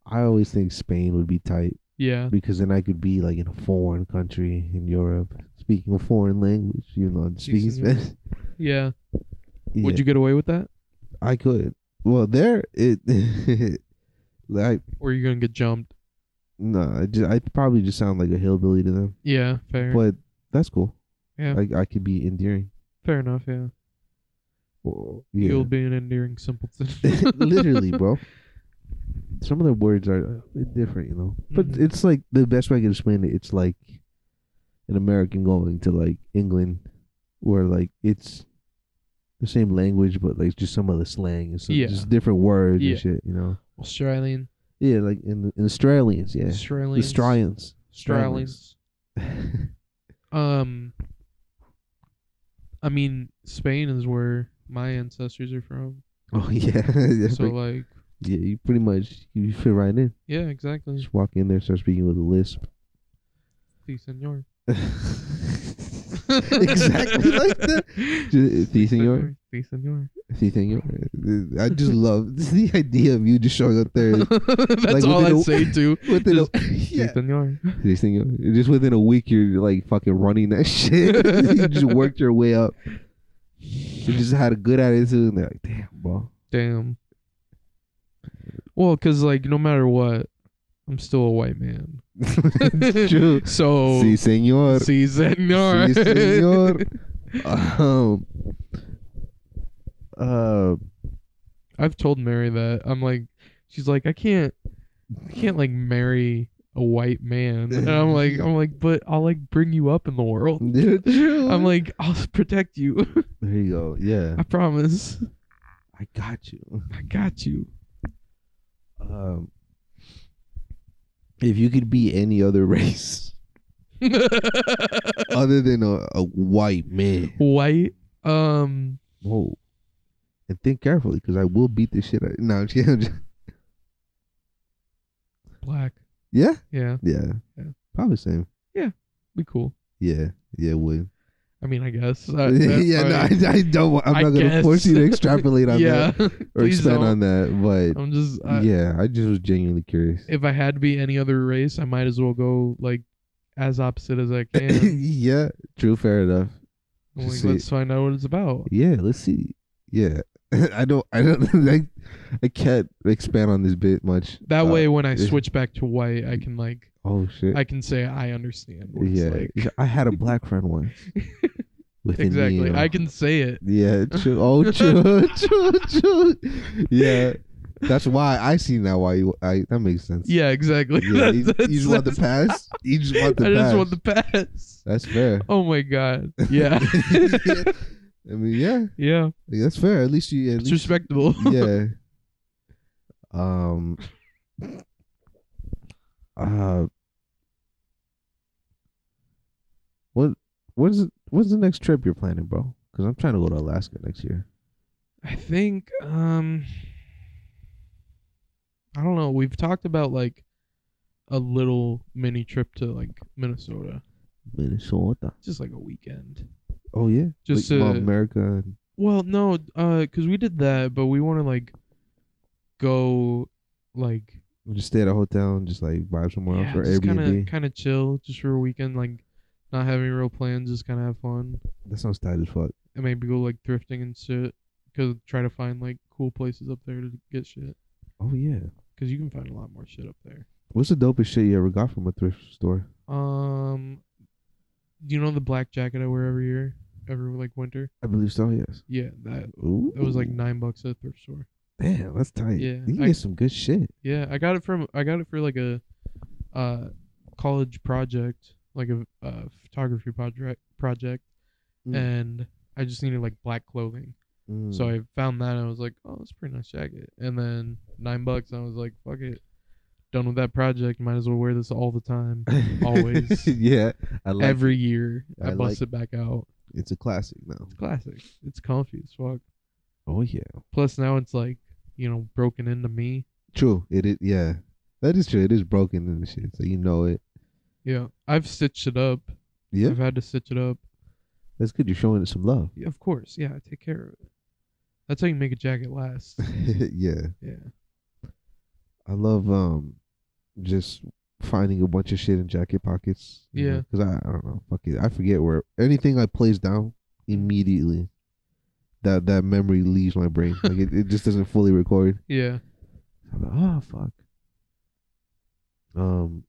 [SPEAKER 1] I always think Spain would be tight
[SPEAKER 2] Yeah,
[SPEAKER 1] because then I could be like in a foreign country in Europe, speaking a foreign language. You know, I'm speaking
[SPEAKER 2] Decent,
[SPEAKER 1] Spanish.
[SPEAKER 2] yeah.
[SPEAKER 1] Yeah.
[SPEAKER 2] Would you get away with that,
[SPEAKER 1] I could. Well, there it. like
[SPEAKER 2] or are you gonna get jumped?
[SPEAKER 1] No, I just I probably just sound like a hillbilly to them,
[SPEAKER 2] Yeah, fair.
[SPEAKER 1] but that's cool.
[SPEAKER 2] Yeah.
[SPEAKER 1] I I could be endearing.
[SPEAKER 2] Fair enough, yeah.
[SPEAKER 1] Well, yeah.
[SPEAKER 2] You'll be an endearing simpleton.
[SPEAKER 1] literally, bro. Some of the words are a bit different, you know. But
[SPEAKER 2] Mhm.
[SPEAKER 1] it's like the best way I can explain it. It's like an American going to like England, where like it's the same language, but like just some of the slang and some
[SPEAKER 2] Yeah.
[SPEAKER 1] just different words
[SPEAKER 2] Yeah.
[SPEAKER 1] and shit, you know.
[SPEAKER 2] Australian.
[SPEAKER 1] Yeah, like in the in Australians, yeah,
[SPEAKER 2] Australians.
[SPEAKER 1] Australians,
[SPEAKER 2] Australians. Um, I mean, Spain is where my ancestors are from.
[SPEAKER 1] Oh yeah, yeah,
[SPEAKER 2] So
[SPEAKER 1] pretty-
[SPEAKER 2] like,
[SPEAKER 1] yeah. You pretty much you fit right in.
[SPEAKER 2] yeah, exactly.
[SPEAKER 1] Just walk in there, start speaking with a lisp.
[SPEAKER 2] Si, senor.
[SPEAKER 1] exactly like that. Just, si, senor.
[SPEAKER 2] Si, senor.
[SPEAKER 1] Si, senor. I just love this is the idea of you just showing up there
[SPEAKER 2] That's
[SPEAKER 1] Like,
[SPEAKER 2] all I
[SPEAKER 1] within a-
[SPEAKER 2] say too.
[SPEAKER 1] within a,
[SPEAKER 2] Si,
[SPEAKER 1] yeah.
[SPEAKER 2] senor.
[SPEAKER 1] Si, senor. Just within a week, you're like fucking running that shit. you just worked your way up. You just had a good attitude, and they're like, "Damn, bro."
[SPEAKER 2] Damn. Well, because like no matter what, I'm still a white man.
[SPEAKER 1] it's true.
[SPEAKER 2] So
[SPEAKER 1] Si, senor.
[SPEAKER 2] si
[SPEAKER 1] Si,
[SPEAKER 2] senor.
[SPEAKER 1] senor. um, uh,
[SPEAKER 2] I've told Mary that I'm like, she's like, I can't, I can't like marry a white man, and I'm like, I'm like, but I'll like bring you up in the world. I'm like, I'll protect you.
[SPEAKER 1] there you go. Yeah,
[SPEAKER 2] I promise.
[SPEAKER 1] I got you.
[SPEAKER 2] I got you.
[SPEAKER 1] Um, if you could be any other race other than a, a white man,
[SPEAKER 2] white. Um.
[SPEAKER 1] whoa, and think carefully because I will beat the shit out. No, I'm just- I'm just-
[SPEAKER 2] Black.
[SPEAKER 1] yeah,
[SPEAKER 2] Yeah.
[SPEAKER 1] yeah,
[SPEAKER 2] Yeah.
[SPEAKER 1] probably same.
[SPEAKER 2] Be cool.
[SPEAKER 1] Yeah, yeah, would.
[SPEAKER 2] I mean, I guess. I,
[SPEAKER 1] yeah, no, I, I don't. wa- I'm
[SPEAKER 2] I
[SPEAKER 1] not gonna
[SPEAKER 2] guess.
[SPEAKER 1] force you to extrapolate on
[SPEAKER 2] yeah.
[SPEAKER 1] that or
[SPEAKER 2] Please
[SPEAKER 1] expand
[SPEAKER 2] don't.
[SPEAKER 1] on that, but
[SPEAKER 2] I'm just. I,
[SPEAKER 1] yeah, I just was genuinely curious.
[SPEAKER 2] If I had to be any other race, I might as well go like as opposite as I can.
[SPEAKER 1] yeah, true, fair enough.
[SPEAKER 2] I'm like,
[SPEAKER 1] Just see-
[SPEAKER 2] let's find out what it's about.
[SPEAKER 1] Yeah, let's see. Yeah, I don't, I don't, I, I can't expand on this bit much.
[SPEAKER 2] That
[SPEAKER 1] Uh,
[SPEAKER 2] way, when I
[SPEAKER 1] yeah.
[SPEAKER 2] switch back to white, I can like
[SPEAKER 1] Oh shit.
[SPEAKER 2] I can say I understand. What
[SPEAKER 1] yeah,
[SPEAKER 2] it's like.
[SPEAKER 1] Yeah, I had a black friend once. With a
[SPEAKER 2] exactly.
[SPEAKER 1] neo.
[SPEAKER 2] I can say it.
[SPEAKER 1] Yeah, true. Oh, true, true, true. Yeah, that's why I seen that. Why you, I that makes sense.
[SPEAKER 2] Yeah, exactly.
[SPEAKER 1] yeah.
[SPEAKER 2] That's-
[SPEAKER 1] you, you just want the
[SPEAKER 2] that's-
[SPEAKER 1] pass. You just want the
[SPEAKER 2] I
[SPEAKER 1] pass.
[SPEAKER 2] just want the pass.
[SPEAKER 1] that's fair.
[SPEAKER 2] Oh my god. Yeah.
[SPEAKER 1] Yeah. I mean, yeah,
[SPEAKER 2] yeah.
[SPEAKER 1] that's fair. At least you, at
[SPEAKER 2] It's
[SPEAKER 1] least
[SPEAKER 2] respectable.
[SPEAKER 1] yeah. Um. Uh. What what's what's the next trip you're planning, bro? Because I'm trying to go to Alaska next year.
[SPEAKER 2] I think um I don't know. We've talked about like a little mini trip to like Minnesota.
[SPEAKER 1] Minnesota.
[SPEAKER 2] Just like a weekend.
[SPEAKER 1] Oh yeah.
[SPEAKER 2] Just uh,
[SPEAKER 1] Like, well,
[SPEAKER 2] to-
[SPEAKER 1] America. and-
[SPEAKER 2] Well, no, uh, cause we did that, but we want to like go like
[SPEAKER 1] we just stay at a hotel and just like vibe somewhere
[SPEAKER 2] yeah,
[SPEAKER 1] else or
[SPEAKER 2] just
[SPEAKER 1] Airbnb.
[SPEAKER 2] kind of kind of chill, just for a weekend, like not having real plans, just kind of have fun,
[SPEAKER 1] That sounds tight as fuck.
[SPEAKER 2] and maybe go like thrifting and shit. Cause try to find like cool places up there to get shit.
[SPEAKER 1] Oh yeah.
[SPEAKER 2] Cause you can find a lot more shit up there.
[SPEAKER 1] What's the dopest shit you ever got from a thrift store?
[SPEAKER 2] Um, you know the black jacket I wear every year, every like winter.
[SPEAKER 1] I believe so. Yes.
[SPEAKER 2] Yeah, that
[SPEAKER 1] Ooh.
[SPEAKER 2] it was like nine bucks at a thrift store.
[SPEAKER 1] Damn, that's tight.
[SPEAKER 2] Yeah,
[SPEAKER 1] You can
[SPEAKER 2] I-
[SPEAKER 1] get some good shit.
[SPEAKER 2] Yeah, I got it from I got it for like a, uh, college project, like a uh, photography project project,
[SPEAKER 1] Mm.
[SPEAKER 2] and I just needed like black clothing. So I found that and I was like, oh, that's a pretty nice jacket. And then nine bucks, and I was like, fuck it, done with that project. Might as well wear this all the time, always.
[SPEAKER 1] yeah, I like
[SPEAKER 2] every year. I,
[SPEAKER 1] I
[SPEAKER 2] bust it back out.
[SPEAKER 1] it. It's a classic now.
[SPEAKER 2] It's classic. It's comfy as fuck.
[SPEAKER 1] Oh yeah,
[SPEAKER 2] Plus now it's like, you know, broken into me.
[SPEAKER 1] true. It is. Yeah, that is true. It is broken and shit, so you know it.
[SPEAKER 2] Yeah. I've stitched it up.
[SPEAKER 1] Yeah,
[SPEAKER 2] I've had to stitch it up.
[SPEAKER 1] that's good. You're showing it some love.
[SPEAKER 2] Yeah, of course. Yeah, I take care of it. That's how you make a jacket last.
[SPEAKER 1] yeah,
[SPEAKER 2] yeah.
[SPEAKER 1] I love um, just finding a bunch of shit in jacket pockets. you know,
[SPEAKER 2] Yeah.
[SPEAKER 1] 'cause I, I don't know. Fuck it, I forget where anything I place down immediately. That that memory leaves my brain. like it, it just doesn't fully record.
[SPEAKER 2] Yeah.
[SPEAKER 1] I'm like, oh fuck. Um,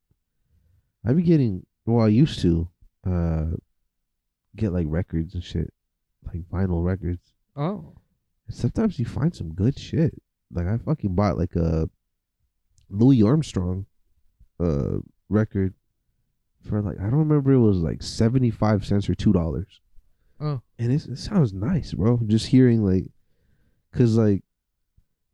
[SPEAKER 1] I be getting well. I used to uh get like records and shit, like vinyl records.
[SPEAKER 2] Oh.
[SPEAKER 1] And sometimes you find some good shit. Like I fucking bought like a Louis Armstrong uh record for like I don't remember it was like seventy five cents or two dollars.
[SPEAKER 2] Oh.
[SPEAKER 1] and it's, it sounds nice, bro. Just hearing like, cause like,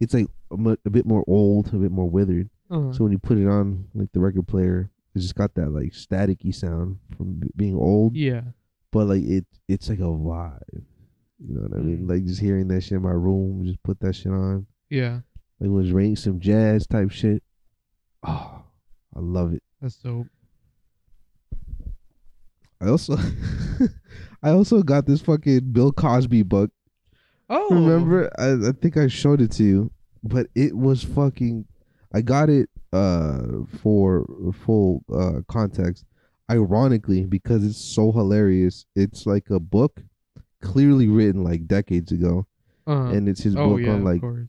[SPEAKER 1] it's like a mu- a bit more old, a bit more withered.
[SPEAKER 2] Uh,
[SPEAKER 1] So when you put it on, like the record player, it's just got that like staticky sound from b- being old,
[SPEAKER 2] yeah.
[SPEAKER 1] but like it it's like a vibe. You know what I mean? Like just hearing that shit in my room, just put that shit on.
[SPEAKER 2] Yeah,
[SPEAKER 1] Like when it's raining some jazz type shit. Oh, I love it.
[SPEAKER 2] that's dope.
[SPEAKER 1] I also I also got this fucking Bill Cosby book.
[SPEAKER 2] Oh,
[SPEAKER 1] Remember? I, I think I showed it to you, but it was fucking I got it uh for full uh context. Ironically, because it's so hilarious, it's like a book clearly written like decades ago.
[SPEAKER 2] Uh,
[SPEAKER 1] and it's his
[SPEAKER 2] oh
[SPEAKER 1] book
[SPEAKER 2] yeah,
[SPEAKER 1] on
[SPEAKER 2] of
[SPEAKER 1] like
[SPEAKER 2] course.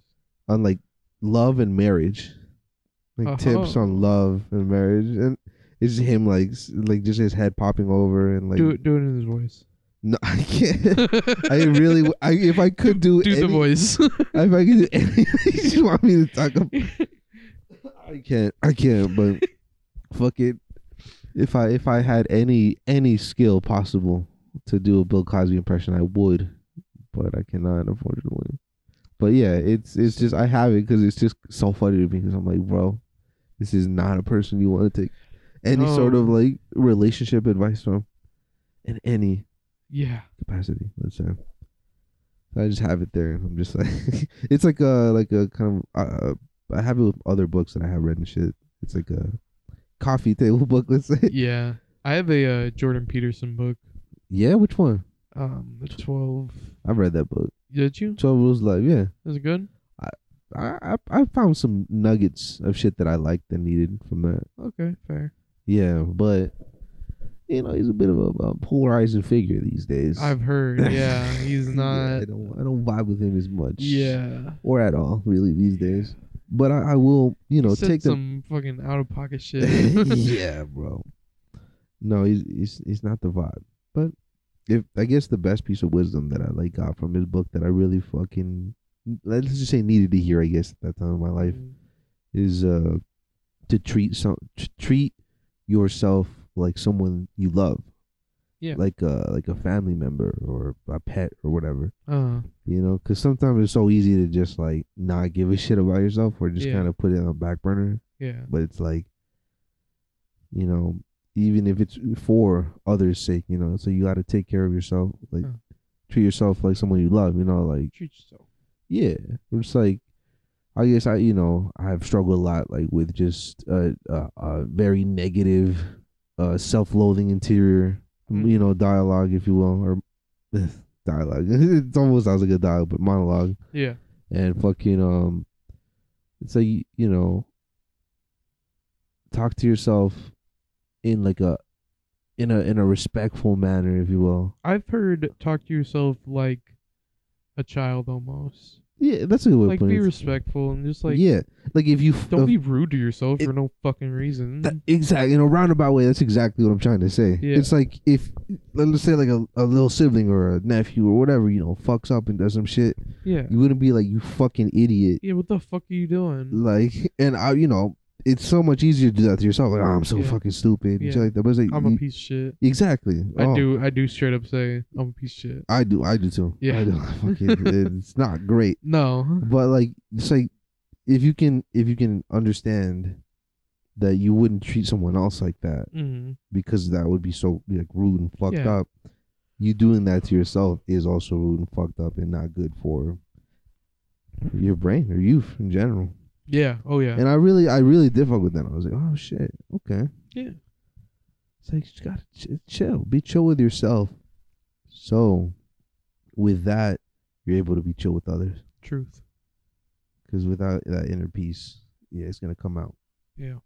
[SPEAKER 1] on like love and marriage, like tips
[SPEAKER 2] Uh-huh.
[SPEAKER 1] on love and marriage, and it's just him like s- like just his head popping over and like
[SPEAKER 2] do it, do it in his voice.
[SPEAKER 1] no I can't. I really, w- I, if I could do,
[SPEAKER 2] do
[SPEAKER 1] any,
[SPEAKER 2] the voice.
[SPEAKER 1] if I could do anything you want me to talk about, I can't, I can't. But fuck it, if I if I had any any skill possible to do a Bill Cosby impression, I would, but I cannot, unfortunately. But yeah, it's it's just I have it because it's just so funny to me because I'm like, bro, this is not a person you want to take any sort of
[SPEAKER 2] No.
[SPEAKER 1] like relationship advice from, in any
[SPEAKER 2] yeah,
[SPEAKER 1] capacity. Let's say. So I just have it there. and I'm just like, it's like a like a kind of uh, I have it with other books that I have read and shit. It's like a coffee table book. Let's say.
[SPEAKER 2] yeah. I have a uh, Jordan Peterson book.
[SPEAKER 1] Yeah, which one?
[SPEAKER 2] Um, the twelve.
[SPEAKER 1] I've read that book.
[SPEAKER 2] Did you?
[SPEAKER 1] Twelve Rules of Life. Yeah,
[SPEAKER 2] Is it good?
[SPEAKER 1] I, I I found some nuggets of shit that I liked and needed from that.
[SPEAKER 2] Okay, fair.
[SPEAKER 1] Yeah, but you know he's a bit of a, a polarizing figure these days.
[SPEAKER 2] I've heard. Yeah, he's
[SPEAKER 1] Yeah,
[SPEAKER 2] not.
[SPEAKER 1] I don't I don't vibe with him as much.
[SPEAKER 2] Yeah.
[SPEAKER 1] or at all really these days. But I, I will you know
[SPEAKER 2] Said
[SPEAKER 1] take the
[SPEAKER 2] some fucking out of pocket shit.
[SPEAKER 1] yeah, bro. No, he's, he's he's not the vibe. But if I guess the best piece of wisdom that I like got from his book that I really fucking let's just say needed to hear, I guess, at that time of my life is uh to treat some t- treat yourself like someone you love.
[SPEAKER 2] Yeah.
[SPEAKER 1] Like uh like a family member or a pet or whatever.
[SPEAKER 2] Uh,
[SPEAKER 1] You know, because sometimes it's so easy to just like not give a shit about yourself or just
[SPEAKER 2] Yeah.
[SPEAKER 1] kind of put it on the back burner
[SPEAKER 2] yeah.
[SPEAKER 1] but it's like you know even if it's for others sake you know so you got to take care of yourself like
[SPEAKER 2] Huh.
[SPEAKER 1] treat yourself like someone you love you know like
[SPEAKER 2] Treat yourself.
[SPEAKER 1] yeah it's like i guess i you know i've struggled a lot like with just a, a, a very negative uh self-loathing interior
[SPEAKER 2] Mm.
[SPEAKER 1] you know dialogue if you will or dialogue it almost sounds like a dialogue but monologue
[SPEAKER 2] Yeah.
[SPEAKER 1] and fucking um it's like you know talk to yourself in like a in a in a respectful manner if you will
[SPEAKER 2] I've heard talk to yourself like a child almost.
[SPEAKER 1] yeah that's a good way
[SPEAKER 2] Like
[SPEAKER 1] of putting
[SPEAKER 2] be
[SPEAKER 1] it
[SPEAKER 2] respectful and just like
[SPEAKER 1] yeah like if you f-
[SPEAKER 2] don't
[SPEAKER 1] uh,
[SPEAKER 2] be rude to yourself
[SPEAKER 1] it-
[SPEAKER 2] for no fucking reason.
[SPEAKER 1] that- exactly in a roundabout way that's exactly what i'm trying to say
[SPEAKER 2] Yeah.
[SPEAKER 1] it's like if let's say like a, a little sibling or a nephew or whatever you know fucks up and does some shit
[SPEAKER 2] yeah.
[SPEAKER 1] you wouldn't be like you fucking idiot
[SPEAKER 2] Yeah, what the fuck are you doing?
[SPEAKER 1] like and i you know it's so much easier to do that to yourself like oh, i'm so
[SPEAKER 2] Yeah.
[SPEAKER 1] fucking stupid and shit
[SPEAKER 2] Yeah.
[SPEAKER 1] like that but it's like
[SPEAKER 2] I'm a
[SPEAKER 1] you-
[SPEAKER 2] piece of shit.
[SPEAKER 1] Exactly.
[SPEAKER 2] I
[SPEAKER 1] mm. Oh,
[SPEAKER 2] do I do straight up say I'm a piece of shit.
[SPEAKER 1] I do. I do too.
[SPEAKER 2] Yeah.
[SPEAKER 1] I do. Fucking, it's not great,
[SPEAKER 2] No.
[SPEAKER 1] but like it's like if you can if you can understand that you wouldn't treat someone else like that
[SPEAKER 2] Mm.
[SPEAKER 1] because that would be so like rude and fucked
[SPEAKER 2] Yeah.
[SPEAKER 1] up. You doing that to yourself is also rude and fucked up and not good for your brain or youth in general.
[SPEAKER 2] Yeah. Oh yeah.
[SPEAKER 1] And I really, I really did fuck with that. I was like, oh shit, okay.
[SPEAKER 2] Yeah.
[SPEAKER 1] It's like you just gotta ch- chill, be chill with yourself. So, with that, you're able to be chill with others.
[SPEAKER 2] Truth.
[SPEAKER 1] Because without that inner peace, yeah, it's gonna come out.
[SPEAKER 2] Yeah.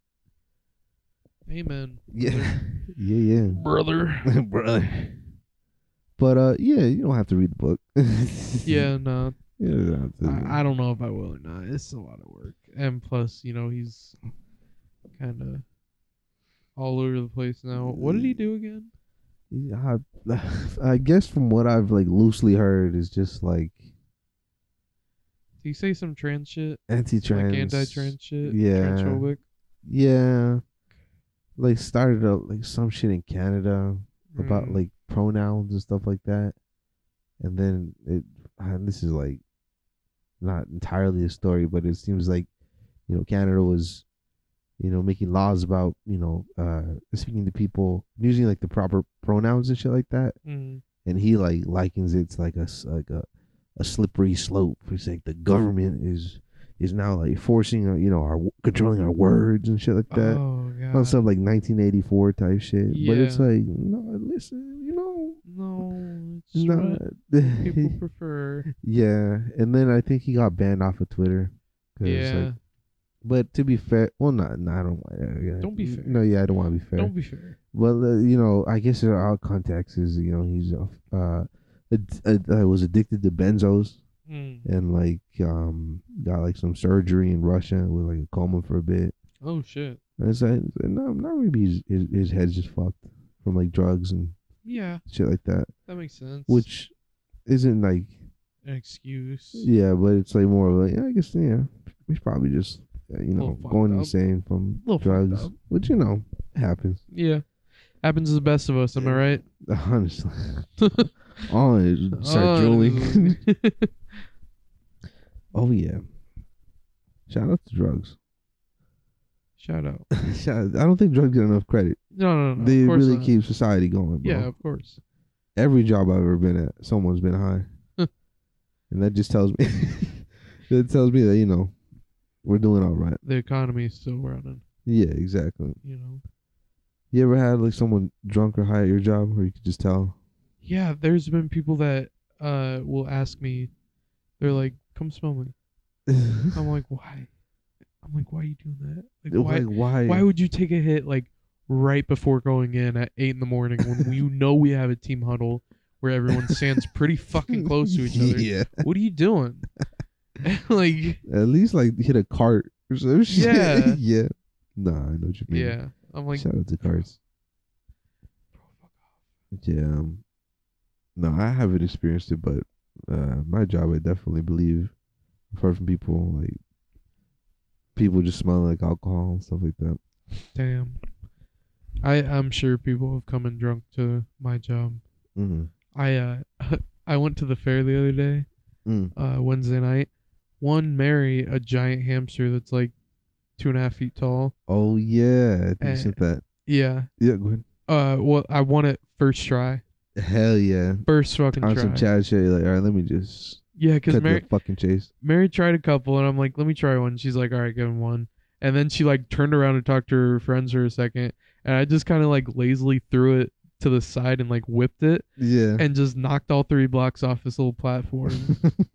[SPEAKER 2] Amen.
[SPEAKER 1] Yeah, yeah,
[SPEAKER 2] Brother.
[SPEAKER 1] yeah, brother. But uh, yeah, you don't have to read the book.
[SPEAKER 2] yeah, no.
[SPEAKER 1] You don't have to.
[SPEAKER 2] I, I don't know if I will or not. It's a lot of work, and plus, you know, he's kind of all over the place now. What did he do again?
[SPEAKER 1] Yeah, I, I guess from what I've like loosely heard is just like
[SPEAKER 2] Did he say some trans shit,
[SPEAKER 1] anti-trans,
[SPEAKER 2] like anti-trans shit?
[SPEAKER 1] yeah.
[SPEAKER 2] Transphobic?
[SPEAKER 1] Yeah. Like started up like some shit in Canada about
[SPEAKER 2] Mm,
[SPEAKER 1] like pronouns and stuff like that. And then it and this is like not entirely a story, but it seems like you know Canada was you know, making laws about, you know, uh, speaking to people using like the proper pronouns and shit like that.
[SPEAKER 2] Mm.
[SPEAKER 1] And he like likens it to like a s- like a, a slippery slope. He's like the government is is now like forcing, uh, you know, our controlling our words and shit like that
[SPEAKER 2] oh god.
[SPEAKER 1] on some like 1984 type shit. But it's
[SPEAKER 2] Yeah.
[SPEAKER 1] like, no, listen, you know,
[SPEAKER 2] no, it's
[SPEAKER 1] no.
[SPEAKER 2] what people prefer.
[SPEAKER 1] yeah, and then I think he got banned off of Twitter. 'cause, like,
[SPEAKER 2] Yeah.
[SPEAKER 1] but to be fair, well, not, no, I don't. Uh, yeah.
[SPEAKER 2] Don't be fair.
[SPEAKER 1] No, yeah, I don't want to be fair.
[SPEAKER 2] Don't be fair.
[SPEAKER 1] Well, uh, you know, I guess in our context is you know he's uh, ad- ad- uh was addicted to benzos
[SPEAKER 2] Mm.
[SPEAKER 1] and like um got like some surgery in Russia and was like a coma for a bit.
[SPEAKER 2] Oh shit.
[SPEAKER 1] And it's like no, not maybe his, his his head's just fucked from like drugs and
[SPEAKER 2] Yeah,
[SPEAKER 1] shit like that,
[SPEAKER 2] that makes sense.
[SPEAKER 1] which isn't like
[SPEAKER 2] an excuse.
[SPEAKER 1] yeah, but it's like more of like I guess yeah, he's probably just uh, you
[SPEAKER 2] Little
[SPEAKER 1] know
[SPEAKER 2] fucked
[SPEAKER 1] going
[SPEAKER 2] up.
[SPEAKER 1] insane from
[SPEAKER 2] Little fucked
[SPEAKER 1] drugs,
[SPEAKER 2] up.
[SPEAKER 1] which you know happens
[SPEAKER 2] Yeah. Happens to the best of us, am I right?
[SPEAKER 1] honestly. Oh, it- start drooling.
[SPEAKER 2] Uh,
[SPEAKER 1] Oh yeah. Shout out to drugs.
[SPEAKER 2] Shout out.
[SPEAKER 1] Shout- I don't think drugs get enough credit.
[SPEAKER 2] No, no, no.
[SPEAKER 1] they
[SPEAKER 2] of course
[SPEAKER 1] really
[SPEAKER 2] not.
[SPEAKER 1] keep society going, bro.
[SPEAKER 2] Yeah, of course.
[SPEAKER 1] Every job I've ever been at, someone's been high. and that just tells me that tells me that, you know, we're doing all right.
[SPEAKER 2] The economy is still running.
[SPEAKER 1] Yeah, exactly.
[SPEAKER 2] You know.
[SPEAKER 1] You ever had like someone drunk or high at your job where you could just tell?
[SPEAKER 2] Yeah, there's been people that uh will ask me. They're like, "Come smell me." I'm like, "Why?" I'm like, "Why are you doing that? Like, why?
[SPEAKER 1] Like, why
[SPEAKER 2] Why would you take a hit like right before going in at eight in the morning when you know we have a team huddle where everyone stands pretty fucking close to each other?
[SPEAKER 1] Yeah.
[SPEAKER 2] What are you doing? like,
[SPEAKER 1] At least like hit a cart or some shit.
[SPEAKER 2] Yeah.
[SPEAKER 1] yeah. Nah, I know what you mean.
[SPEAKER 2] yeah, I'm like,
[SPEAKER 1] Shout out to carts. Yeah. um, No, I haven't experienced it, but uh, my job, I definitely believe, I've heard from people like people just smelling like alcohol and stuff like that.
[SPEAKER 2] damn. I I'm sure people have come in drunk to my job.
[SPEAKER 1] Mm.
[SPEAKER 2] I uh I went to the fair the other day,
[SPEAKER 1] Mm.
[SPEAKER 2] uh, Wednesday night. One Mary, a giant hamster that's like two and a half feet tall.
[SPEAKER 1] Oh yeah, I think you
[SPEAKER 2] Eh.
[SPEAKER 1] said that.
[SPEAKER 2] Yeah.
[SPEAKER 1] Yeah, go ahead.
[SPEAKER 2] Uh, well, I won it first try,
[SPEAKER 1] Hell yeah.
[SPEAKER 2] first fucking
[SPEAKER 1] On
[SPEAKER 2] try.
[SPEAKER 1] some Chad shit, you're like, all right, let me just
[SPEAKER 2] Yeah, because
[SPEAKER 1] cut
[SPEAKER 2] Mary
[SPEAKER 1] the fucking chase.
[SPEAKER 2] Mary tried a couple, and I'm like, let me try one. She's like, all right, give him one. And then she like turned around and talked to her friends for a second, and I just kind of like lazily threw it to the side and like whipped it
[SPEAKER 1] Yeah.
[SPEAKER 2] and just knocked all three blocks off this little platform.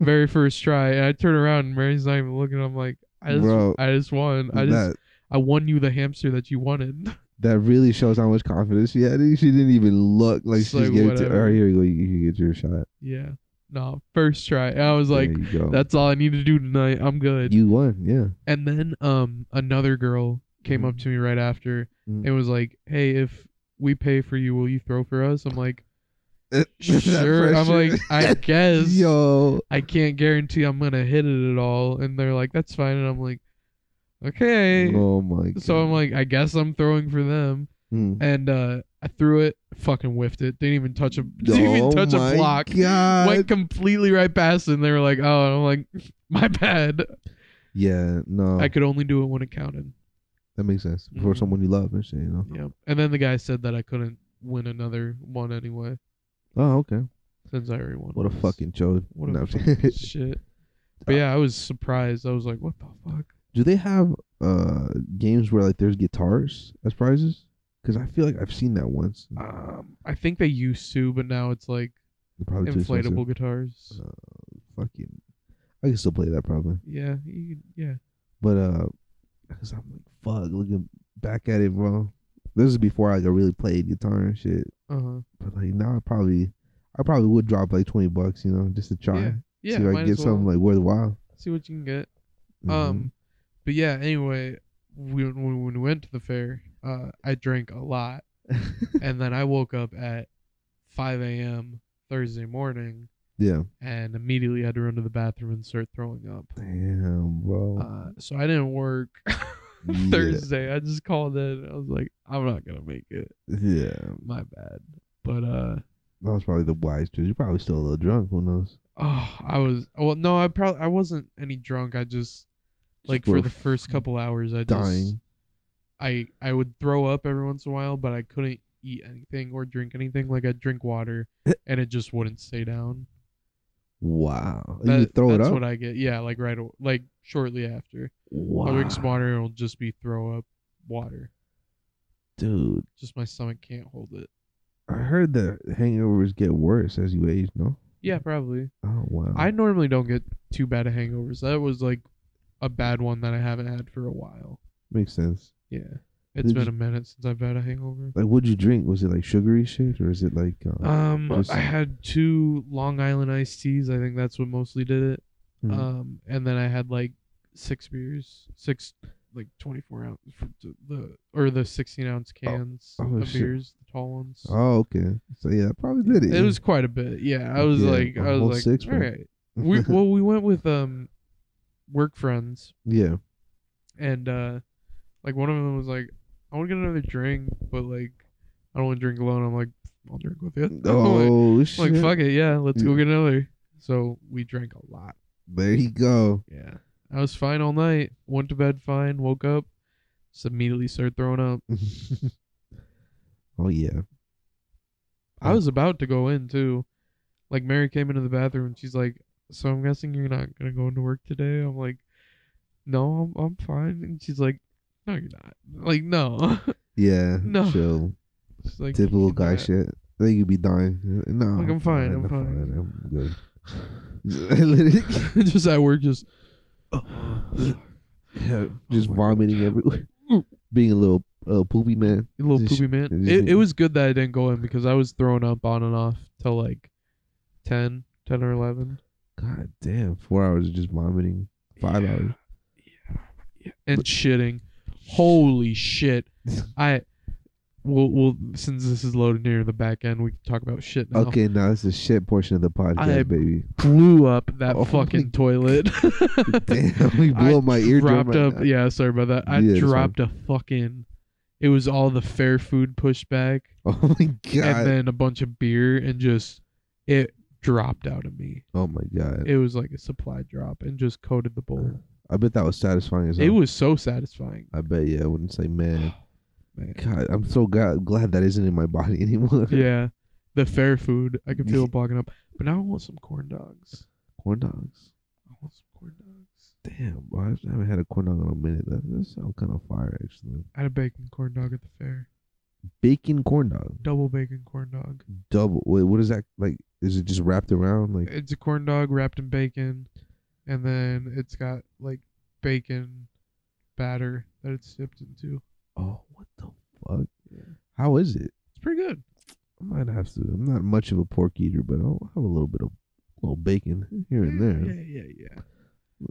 [SPEAKER 2] very first try, and I turn around and Mary's not even looking. I'm like, I just,
[SPEAKER 1] Bro,
[SPEAKER 2] I just won. I just,
[SPEAKER 1] that
[SPEAKER 2] I won you the hamster that you wanted.
[SPEAKER 1] that really shows how much confidence she had. She didn't even look like
[SPEAKER 2] It's
[SPEAKER 1] she just
[SPEAKER 2] like,
[SPEAKER 1] gave it to
[SPEAKER 2] whatever.
[SPEAKER 1] all right, here you go, you, you can get your shot.
[SPEAKER 2] yeah, no, first try. And I was like,
[SPEAKER 1] there you go.
[SPEAKER 2] that's all I need to do tonight. I'm good.
[SPEAKER 1] you won, yeah.
[SPEAKER 2] and then um another girl came
[SPEAKER 1] Mm-hmm.
[SPEAKER 2] up to me right after
[SPEAKER 1] Mhm.
[SPEAKER 2] and was like, hey, if we pay for you, will you throw for us? I'm like,
[SPEAKER 1] That
[SPEAKER 2] sure. I'm
[SPEAKER 1] pressure.
[SPEAKER 2] like, I guess.
[SPEAKER 1] yo,
[SPEAKER 2] I can't guarantee I'm gonna hit it at all. And they're like, that's fine. And I'm like, okay.
[SPEAKER 1] oh my. God.
[SPEAKER 2] So I'm like, I guess I'm throwing for them.
[SPEAKER 1] Mm.
[SPEAKER 2] and uh, I threw it, fucking whiffed it. Didn't even touch a didn't even
[SPEAKER 1] Oh
[SPEAKER 2] touch a
[SPEAKER 1] my
[SPEAKER 2] block.
[SPEAKER 1] God.
[SPEAKER 2] Went completely right past it, and they were like, "Oh," and I'm like, "My bad.
[SPEAKER 1] Yeah, no,
[SPEAKER 2] I could only do it when it counted."
[SPEAKER 1] that makes sense for
[SPEAKER 2] Mhm.
[SPEAKER 1] someone you love and shit, you know.
[SPEAKER 2] Yeah. And then the guy said that I couldn't win another one anyway,
[SPEAKER 1] Oh, okay.
[SPEAKER 2] since I already won.
[SPEAKER 1] What a
[SPEAKER 2] once.
[SPEAKER 1] fucking joke.
[SPEAKER 2] what a
[SPEAKER 1] No, I'm
[SPEAKER 2] fucking
[SPEAKER 1] kidding.
[SPEAKER 2] shit. But yeah, I was surprised. I was like, "What the fuck?"
[SPEAKER 1] Do they have uh games where like there's guitars as prizes? Because I feel like I've seen that once.
[SPEAKER 2] Um, I think they used to, but now it's like
[SPEAKER 1] They're probably too Oh, expensive.
[SPEAKER 2] inflatable guitars.
[SPEAKER 1] Uh, Fucking, I can still play that probably.
[SPEAKER 2] Yeah, you, could- yeah.
[SPEAKER 1] But uh, cause I'm like, fuck, looking back at it, bro. This is before like I really played guitar and shit.
[SPEAKER 2] Uh huh.
[SPEAKER 1] But like now, I probably, I probably would drop like twenty bucks, you know, just to try,
[SPEAKER 2] Yeah. Yeah.
[SPEAKER 1] see if I
[SPEAKER 2] might
[SPEAKER 1] can
[SPEAKER 2] as
[SPEAKER 1] get
[SPEAKER 2] well.
[SPEAKER 1] something like worthwhile.
[SPEAKER 2] See what you can get.
[SPEAKER 1] Mhm.
[SPEAKER 2] Um, but yeah. Anyway, we, when when we went to the fair, uh, I drank a lot,
[SPEAKER 1] Mm-hmm.
[SPEAKER 2] and then I woke up at 5 a.m. Thursday morning
[SPEAKER 1] yeah,
[SPEAKER 2] and immediately had to run to the bathroom and start throwing up.
[SPEAKER 1] damn, bro.
[SPEAKER 2] Uh, so I didn't work
[SPEAKER 1] Yeah.
[SPEAKER 2] Thursday. I just called in. I was like, I'm not gonna make it.
[SPEAKER 1] yeah,
[SPEAKER 2] My bad. But uh,
[SPEAKER 1] that was probably the wise choice. You're probably still a little drunk. Who knows?
[SPEAKER 2] oh, I was well. No, I probably I wasn't any drunk. I just like
[SPEAKER 1] We're
[SPEAKER 2] for the first couple hours, I just
[SPEAKER 1] dying.
[SPEAKER 2] I I would throw up every once in a while, but I couldn't eat anything or drink anything. Like I'd drink water and it just wouldn't stay down.
[SPEAKER 1] Wow. you
[SPEAKER 2] That-
[SPEAKER 1] would throw it
[SPEAKER 2] that's
[SPEAKER 1] up.
[SPEAKER 2] what I get. Yeah, like right aw- like shortly after.
[SPEAKER 1] wow.
[SPEAKER 2] I'll drink some water and it'll just be throw up water.
[SPEAKER 1] Dude,
[SPEAKER 2] Just my stomach can't hold it.
[SPEAKER 1] I heard that hangovers get worse as you age, no?
[SPEAKER 2] Yeah, probably.
[SPEAKER 1] Oh wow.
[SPEAKER 2] I normally don't get too bad of hangovers. That was like a bad one that I haven't had for a while.
[SPEAKER 1] makes sense.
[SPEAKER 2] Yeah. It's
[SPEAKER 1] Did
[SPEAKER 2] been
[SPEAKER 1] you-
[SPEAKER 2] a minute since I've had a hangover.
[SPEAKER 1] Like what'd you drink? Was it like sugary shit or is it like um,
[SPEAKER 2] Um,
[SPEAKER 1] just-
[SPEAKER 2] I had two Long Island iced teas. I think that's what mostly did it.
[SPEAKER 1] Mhm.
[SPEAKER 2] Um, and then I had like six beers, six like twenty four ounce for the- the or the sixteen ounce cans
[SPEAKER 1] oh,
[SPEAKER 2] of
[SPEAKER 1] shit.
[SPEAKER 2] beers, the tall ones.
[SPEAKER 1] Oh, okay. So yeah, that probably did it.
[SPEAKER 2] It was quite a bit. Yeah, I was
[SPEAKER 1] Yeah,
[SPEAKER 2] like,
[SPEAKER 1] a
[SPEAKER 2] I
[SPEAKER 1] whole
[SPEAKER 2] was like,
[SPEAKER 1] six,
[SPEAKER 2] all
[SPEAKER 1] man.
[SPEAKER 2] right. We well, we went with um, work friends,
[SPEAKER 1] yeah.
[SPEAKER 2] and uh, like one of them was like, I want to get another drink, but like, I don't want to drink alone. I'm like, I'll drink with you. like,
[SPEAKER 1] Oh
[SPEAKER 2] I'm
[SPEAKER 1] shit.
[SPEAKER 2] like, fuck it, yeah, let's go
[SPEAKER 1] Yeah.
[SPEAKER 2] get another. So we drank a lot.
[SPEAKER 1] There you go.
[SPEAKER 2] Yeah. I was fine all night. Went to bed fine. Woke up. Just immediately started throwing up.
[SPEAKER 1] oh yeah.
[SPEAKER 2] I
[SPEAKER 1] Yeah.
[SPEAKER 2] was about to go in too. Like Mary came into the bathroom and she's like, "So I'm guessing you're not gonna go into work today." I'm like, "No, I'm I'm fine." And she's like, "No, you're not." Like, no.
[SPEAKER 1] Yeah.
[SPEAKER 2] No.
[SPEAKER 1] Chill.
[SPEAKER 2] She's like, "You
[SPEAKER 1] Typical
[SPEAKER 2] can do
[SPEAKER 1] guy
[SPEAKER 2] that."
[SPEAKER 1] shit. Then you'd be dying. No.
[SPEAKER 2] Like, I'm fine, I'm fine.
[SPEAKER 1] I'm good. Literally,
[SPEAKER 2] just at work, just
[SPEAKER 1] yeah, just
[SPEAKER 2] Oh my God.
[SPEAKER 1] vomiting everywhere. Being a little uh, poopy man.
[SPEAKER 2] a little
[SPEAKER 1] Just-
[SPEAKER 2] poopy man.
[SPEAKER 1] just-
[SPEAKER 2] It, it was good that I didn't go in because I was throwing up on and off till like 10, 10 or eleven.
[SPEAKER 1] God damn. Four hours of just vomiting. Five
[SPEAKER 2] Yeah.
[SPEAKER 1] hours.
[SPEAKER 2] and shitting. Holy shit! I will. Will since this is loaded near the back end, we can talk about shit now.
[SPEAKER 1] Okay, now it's the shit portion of the podcast,
[SPEAKER 2] I-
[SPEAKER 1] baby.
[SPEAKER 2] Blew up that
[SPEAKER 1] Oh my
[SPEAKER 2] fucking toilet.
[SPEAKER 1] Damn, we blew
[SPEAKER 2] I
[SPEAKER 1] up my eardrum.
[SPEAKER 2] dropped
[SPEAKER 1] right
[SPEAKER 2] up.
[SPEAKER 1] now.
[SPEAKER 2] Yeah, sorry about that. I
[SPEAKER 1] Yeah, it's fine.
[SPEAKER 2] dropped a fucking. It was all the fair food pushback,
[SPEAKER 1] Oh my
[SPEAKER 2] and
[SPEAKER 1] god.
[SPEAKER 2] then a bunch of beer, and just it dropped out of me.
[SPEAKER 1] oh my god.
[SPEAKER 2] It was like a supply drop, and just coated the bowl.
[SPEAKER 1] I bet that was satisfying as hell.
[SPEAKER 2] It was so satisfying.
[SPEAKER 1] I bet. Yeah, I wouldn't say man.
[SPEAKER 2] Man.
[SPEAKER 1] God, I'm so glad, glad that isn't in my body anymore.
[SPEAKER 2] Yeah. The fair food. I can feel it bogging up. But now I want some corn dogs.
[SPEAKER 1] Corn dogs.
[SPEAKER 2] I want some corn dogs.
[SPEAKER 1] Damn, bro. I haven't had a corn dog in a minute. That, that sounds kind of fire, actually.
[SPEAKER 2] I had a bacon corn dog at the fair.
[SPEAKER 1] Bacon corn dog.
[SPEAKER 2] Double bacon corn dog.
[SPEAKER 1] Double. Wait, what is that? Like, is it just wrapped around? Like,
[SPEAKER 2] It's a corn dog wrapped in bacon. And then it's got like bacon batter that it's dipped into.
[SPEAKER 1] oh, what the fuck? How is it?
[SPEAKER 2] It's pretty good.
[SPEAKER 1] I might have to. I'm not much of a pork eater, but I'll have a little bit of little bacon here and there.
[SPEAKER 2] Yeah, yeah, yeah.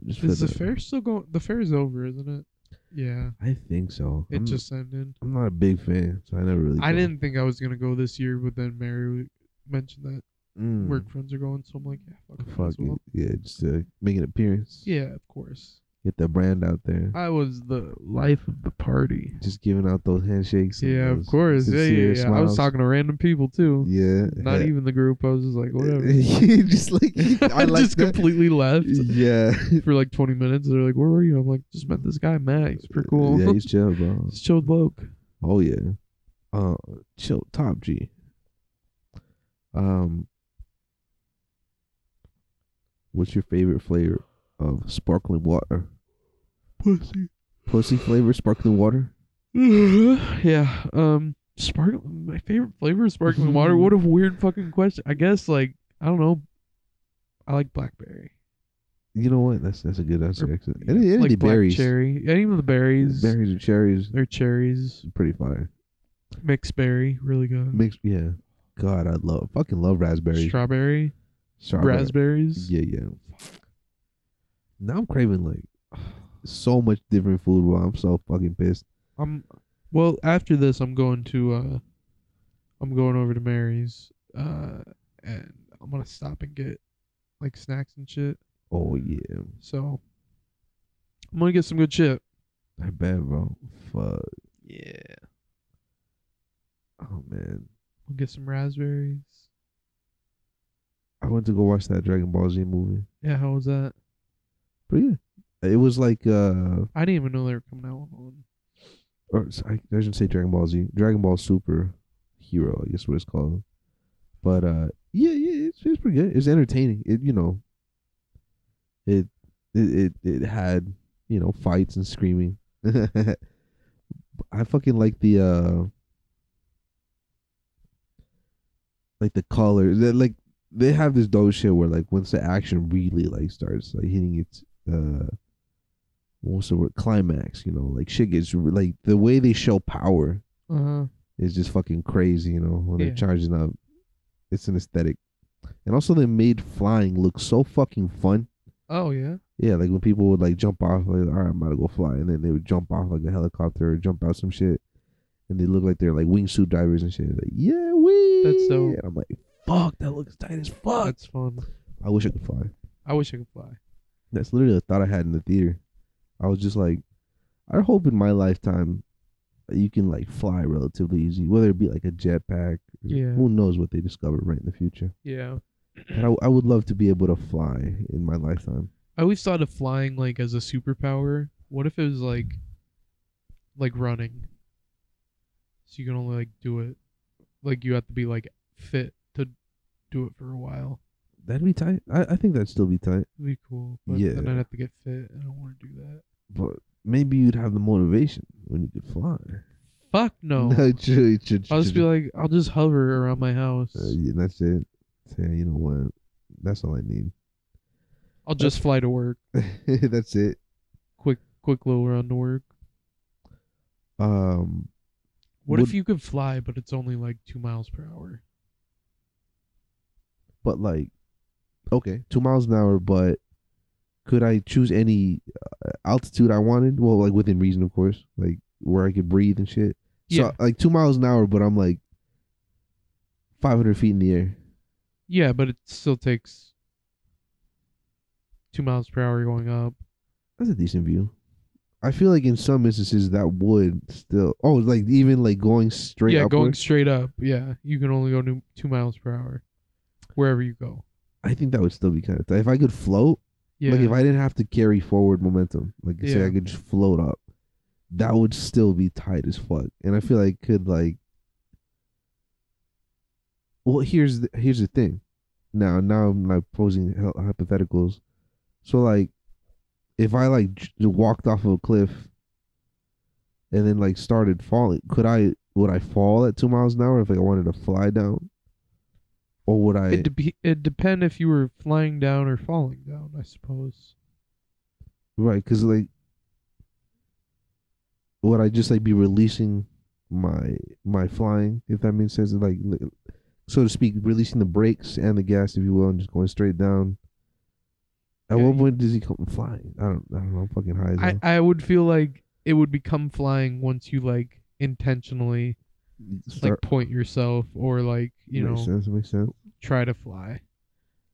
[SPEAKER 1] Just
[SPEAKER 2] Is
[SPEAKER 1] for
[SPEAKER 2] the fair still going? The fair is over, isn't it? Yeah.
[SPEAKER 1] I think so.
[SPEAKER 2] It
[SPEAKER 1] I'm,
[SPEAKER 2] just ended.
[SPEAKER 1] I'm not a big fan, so I never really.
[SPEAKER 2] I
[SPEAKER 1] go.
[SPEAKER 2] didn't think I was going to go this year, but then Mary mentioned that
[SPEAKER 1] Mm,
[SPEAKER 2] work friends are going. So I'm like, yeah, fuck, it, might
[SPEAKER 1] Fuck
[SPEAKER 2] as well.
[SPEAKER 1] it. Yeah, just to make an appearance.
[SPEAKER 2] Yeah, of course.
[SPEAKER 1] Get the brand out there.
[SPEAKER 2] I was the life of the party.
[SPEAKER 1] just giving out those handshakes. and
[SPEAKER 2] Yeah, of
[SPEAKER 1] those
[SPEAKER 2] course. Yeah, yeah,
[SPEAKER 1] sincere
[SPEAKER 2] yeah. I was
[SPEAKER 1] smiles.
[SPEAKER 2] talking to random people too.
[SPEAKER 1] Yeah,
[SPEAKER 2] Not even the group. I was just like, whatever.
[SPEAKER 1] You just like I
[SPEAKER 2] I
[SPEAKER 1] like
[SPEAKER 2] just
[SPEAKER 1] that.
[SPEAKER 2] completely left
[SPEAKER 1] Yeah,
[SPEAKER 2] for like 20 minutes. They're like, where were you? I'm like, just met this guy, Matt. He's pretty cool.
[SPEAKER 1] yeah, he's chill, bro.
[SPEAKER 2] just chilled bloke.
[SPEAKER 1] Oh yeah, uh, chill, top G. Um, what's your favorite flavor of sparkling water?
[SPEAKER 2] Pussy.
[SPEAKER 1] Pussy flavor sparkling water.
[SPEAKER 2] yeah. Um, sparkling. My favorite flavor is sparkling water. What a weird fucking question. I guess, like, I don't know. I like blackberry.
[SPEAKER 1] You know what? That's that's a good answer.
[SPEAKER 2] Or-
[SPEAKER 1] Actually, any, any of
[SPEAKER 2] like
[SPEAKER 1] the
[SPEAKER 2] black
[SPEAKER 1] berries,
[SPEAKER 2] cherry. Any of the berries.
[SPEAKER 1] berries or cherries,
[SPEAKER 2] They're cherries.
[SPEAKER 1] pretty fire.
[SPEAKER 2] Mixed berry, really good.
[SPEAKER 1] Mixed, yeah. God, I love fucking love raspberry.
[SPEAKER 2] Strawberry,
[SPEAKER 1] Strawberry.
[SPEAKER 2] raspberries.
[SPEAKER 1] Yeah, yeah. Now I'm craving like so much different food, bro. I'm so fucking pissed.
[SPEAKER 2] I'm well. After this, I'm going to. uh I'm going over to Mary's, uh, and I'm gonna stop and get like snacks and shit.
[SPEAKER 1] Oh yeah,
[SPEAKER 2] So I'm gonna get some good shit.
[SPEAKER 1] I bet, bro. Fuck.
[SPEAKER 2] Yeah.
[SPEAKER 1] Oh man,
[SPEAKER 2] I'll get some raspberries.
[SPEAKER 1] I went to go watch that Dragon Ball Z movie.
[SPEAKER 2] Yeah, how was that?
[SPEAKER 1] But yeah, it was like uh,
[SPEAKER 2] I didn't even know they were coming out with one.
[SPEAKER 1] or s- I, I shouldn't say Dragon Ball Z, Dragon Ball Super Hero, I guess what it's called. But uh, yeah, yeah, it's, it's pretty good. It's entertaining. It you know, it it it, it had you know fights and screaming. I fucking like the uh, like the color. That like they have this dope shit where like once the action really like starts like hitting its uh what's the word climax you know like shit gets re- like the way they show power
[SPEAKER 2] Uh-huh.
[SPEAKER 1] is just fucking crazy you know when
[SPEAKER 2] Yeah.
[SPEAKER 1] they're charging up it's an aesthetic and also they made flying look so fucking fun
[SPEAKER 2] Oh yeah.
[SPEAKER 1] yeah like when people would like jump off like all right i'm about to go fly and then they would jump off like a helicopter or jump out some shit and they look like they're like wingsuit divers and shit like yeah we
[SPEAKER 2] That's dope.
[SPEAKER 1] and i'm like fuck that looks tight as fuck
[SPEAKER 2] That's fun.
[SPEAKER 1] i wish i could fly
[SPEAKER 2] I wish I could fly.
[SPEAKER 1] That's literally a thought I had in the theater. I was just like, I hope in my lifetime that you can like fly relatively easy, whether it be like a jetpack. or
[SPEAKER 2] Yeah.
[SPEAKER 1] Who knows what they discover right in the future?
[SPEAKER 2] Yeah.
[SPEAKER 1] But I, I would love to be able to fly in my lifetime.
[SPEAKER 2] I always thought of flying like as a superpower. What if it was like like running? So you can only like do it like you have to be like fit to do it for a while.
[SPEAKER 1] That'd be tight. I, I think that'd still be tight.
[SPEAKER 2] It'd be cool. But
[SPEAKER 1] Yeah.
[SPEAKER 2] then I'd have to get fit. I don't want to do that.
[SPEAKER 1] But maybe you'd have the motivation when you could fly.
[SPEAKER 2] Fuck no.
[SPEAKER 1] ju- ju-
[SPEAKER 2] I'll just
[SPEAKER 1] ju-
[SPEAKER 2] be like, I'll just hover around my house.
[SPEAKER 1] Uh, yeah, that's it. Say, you know what? That's all I need.
[SPEAKER 2] I'll just fly to work.
[SPEAKER 1] that's it.
[SPEAKER 2] Quick quick little run to work.
[SPEAKER 1] Um,
[SPEAKER 2] What
[SPEAKER 1] Would-
[SPEAKER 2] if you could fly but it's only like two miles per hour?
[SPEAKER 1] but like okay two miles an hour but could i choose any uh, altitude i wanted well like within reason of course like where i could breathe and shit
[SPEAKER 2] Yeah.
[SPEAKER 1] so like two miles an hour but i'm like 500 feet in the air
[SPEAKER 2] Yeah, but it still takes two miles per hour going up.
[SPEAKER 1] that's a decent view i feel like in some instances that would still oh like even like going straight
[SPEAKER 2] yeah, going
[SPEAKER 1] upward,
[SPEAKER 2] straight up. Yeah, you can only go to two miles per hour wherever you go.
[SPEAKER 1] i think that would still be kind of if i could float
[SPEAKER 2] Yeah,
[SPEAKER 1] like if i didn't have to carry forward momentum like say
[SPEAKER 2] Yeah.
[SPEAKER 1] i could just float up that would still be tight as fuck and i feel like could like well here's the, here's the thing now now i'm like posing hy- hypotheticals so like if i like j- walked off of a cliff and then like started falling could i would i fall at two miles an hour if like, i wanted to fly down or would i
[SPEAKER 2] it de- it depend if you were flying down or falling down, I suppose.
[SPEAKER 1] Right, because like, would I just like be releasing my my flying, if that makes sense? Like, li- so to speak, releasing the brakes and the gas, if you will, and just going straight down. At
[SPEAKER 2] Yeah,
[SPEAKER 1] what
[SPEAKER 2] you-
[SPEAKER 1] point does he come flying? I don't, I don't know. I'm fucking high as
[SPEAKER 2] I
[SPEAKER 1] hell.
[SPEAKER 2] I would feel like it would become flying once you like intentionally
[SPEAKER 1] Start-
[SPEAKER 2] like point yourself or like you
[SPEAKER 1] makes
[SPEAKER 2] know
[SPEAKER 1] sense. Makes sense.
[SPEAKER 2] try to fly.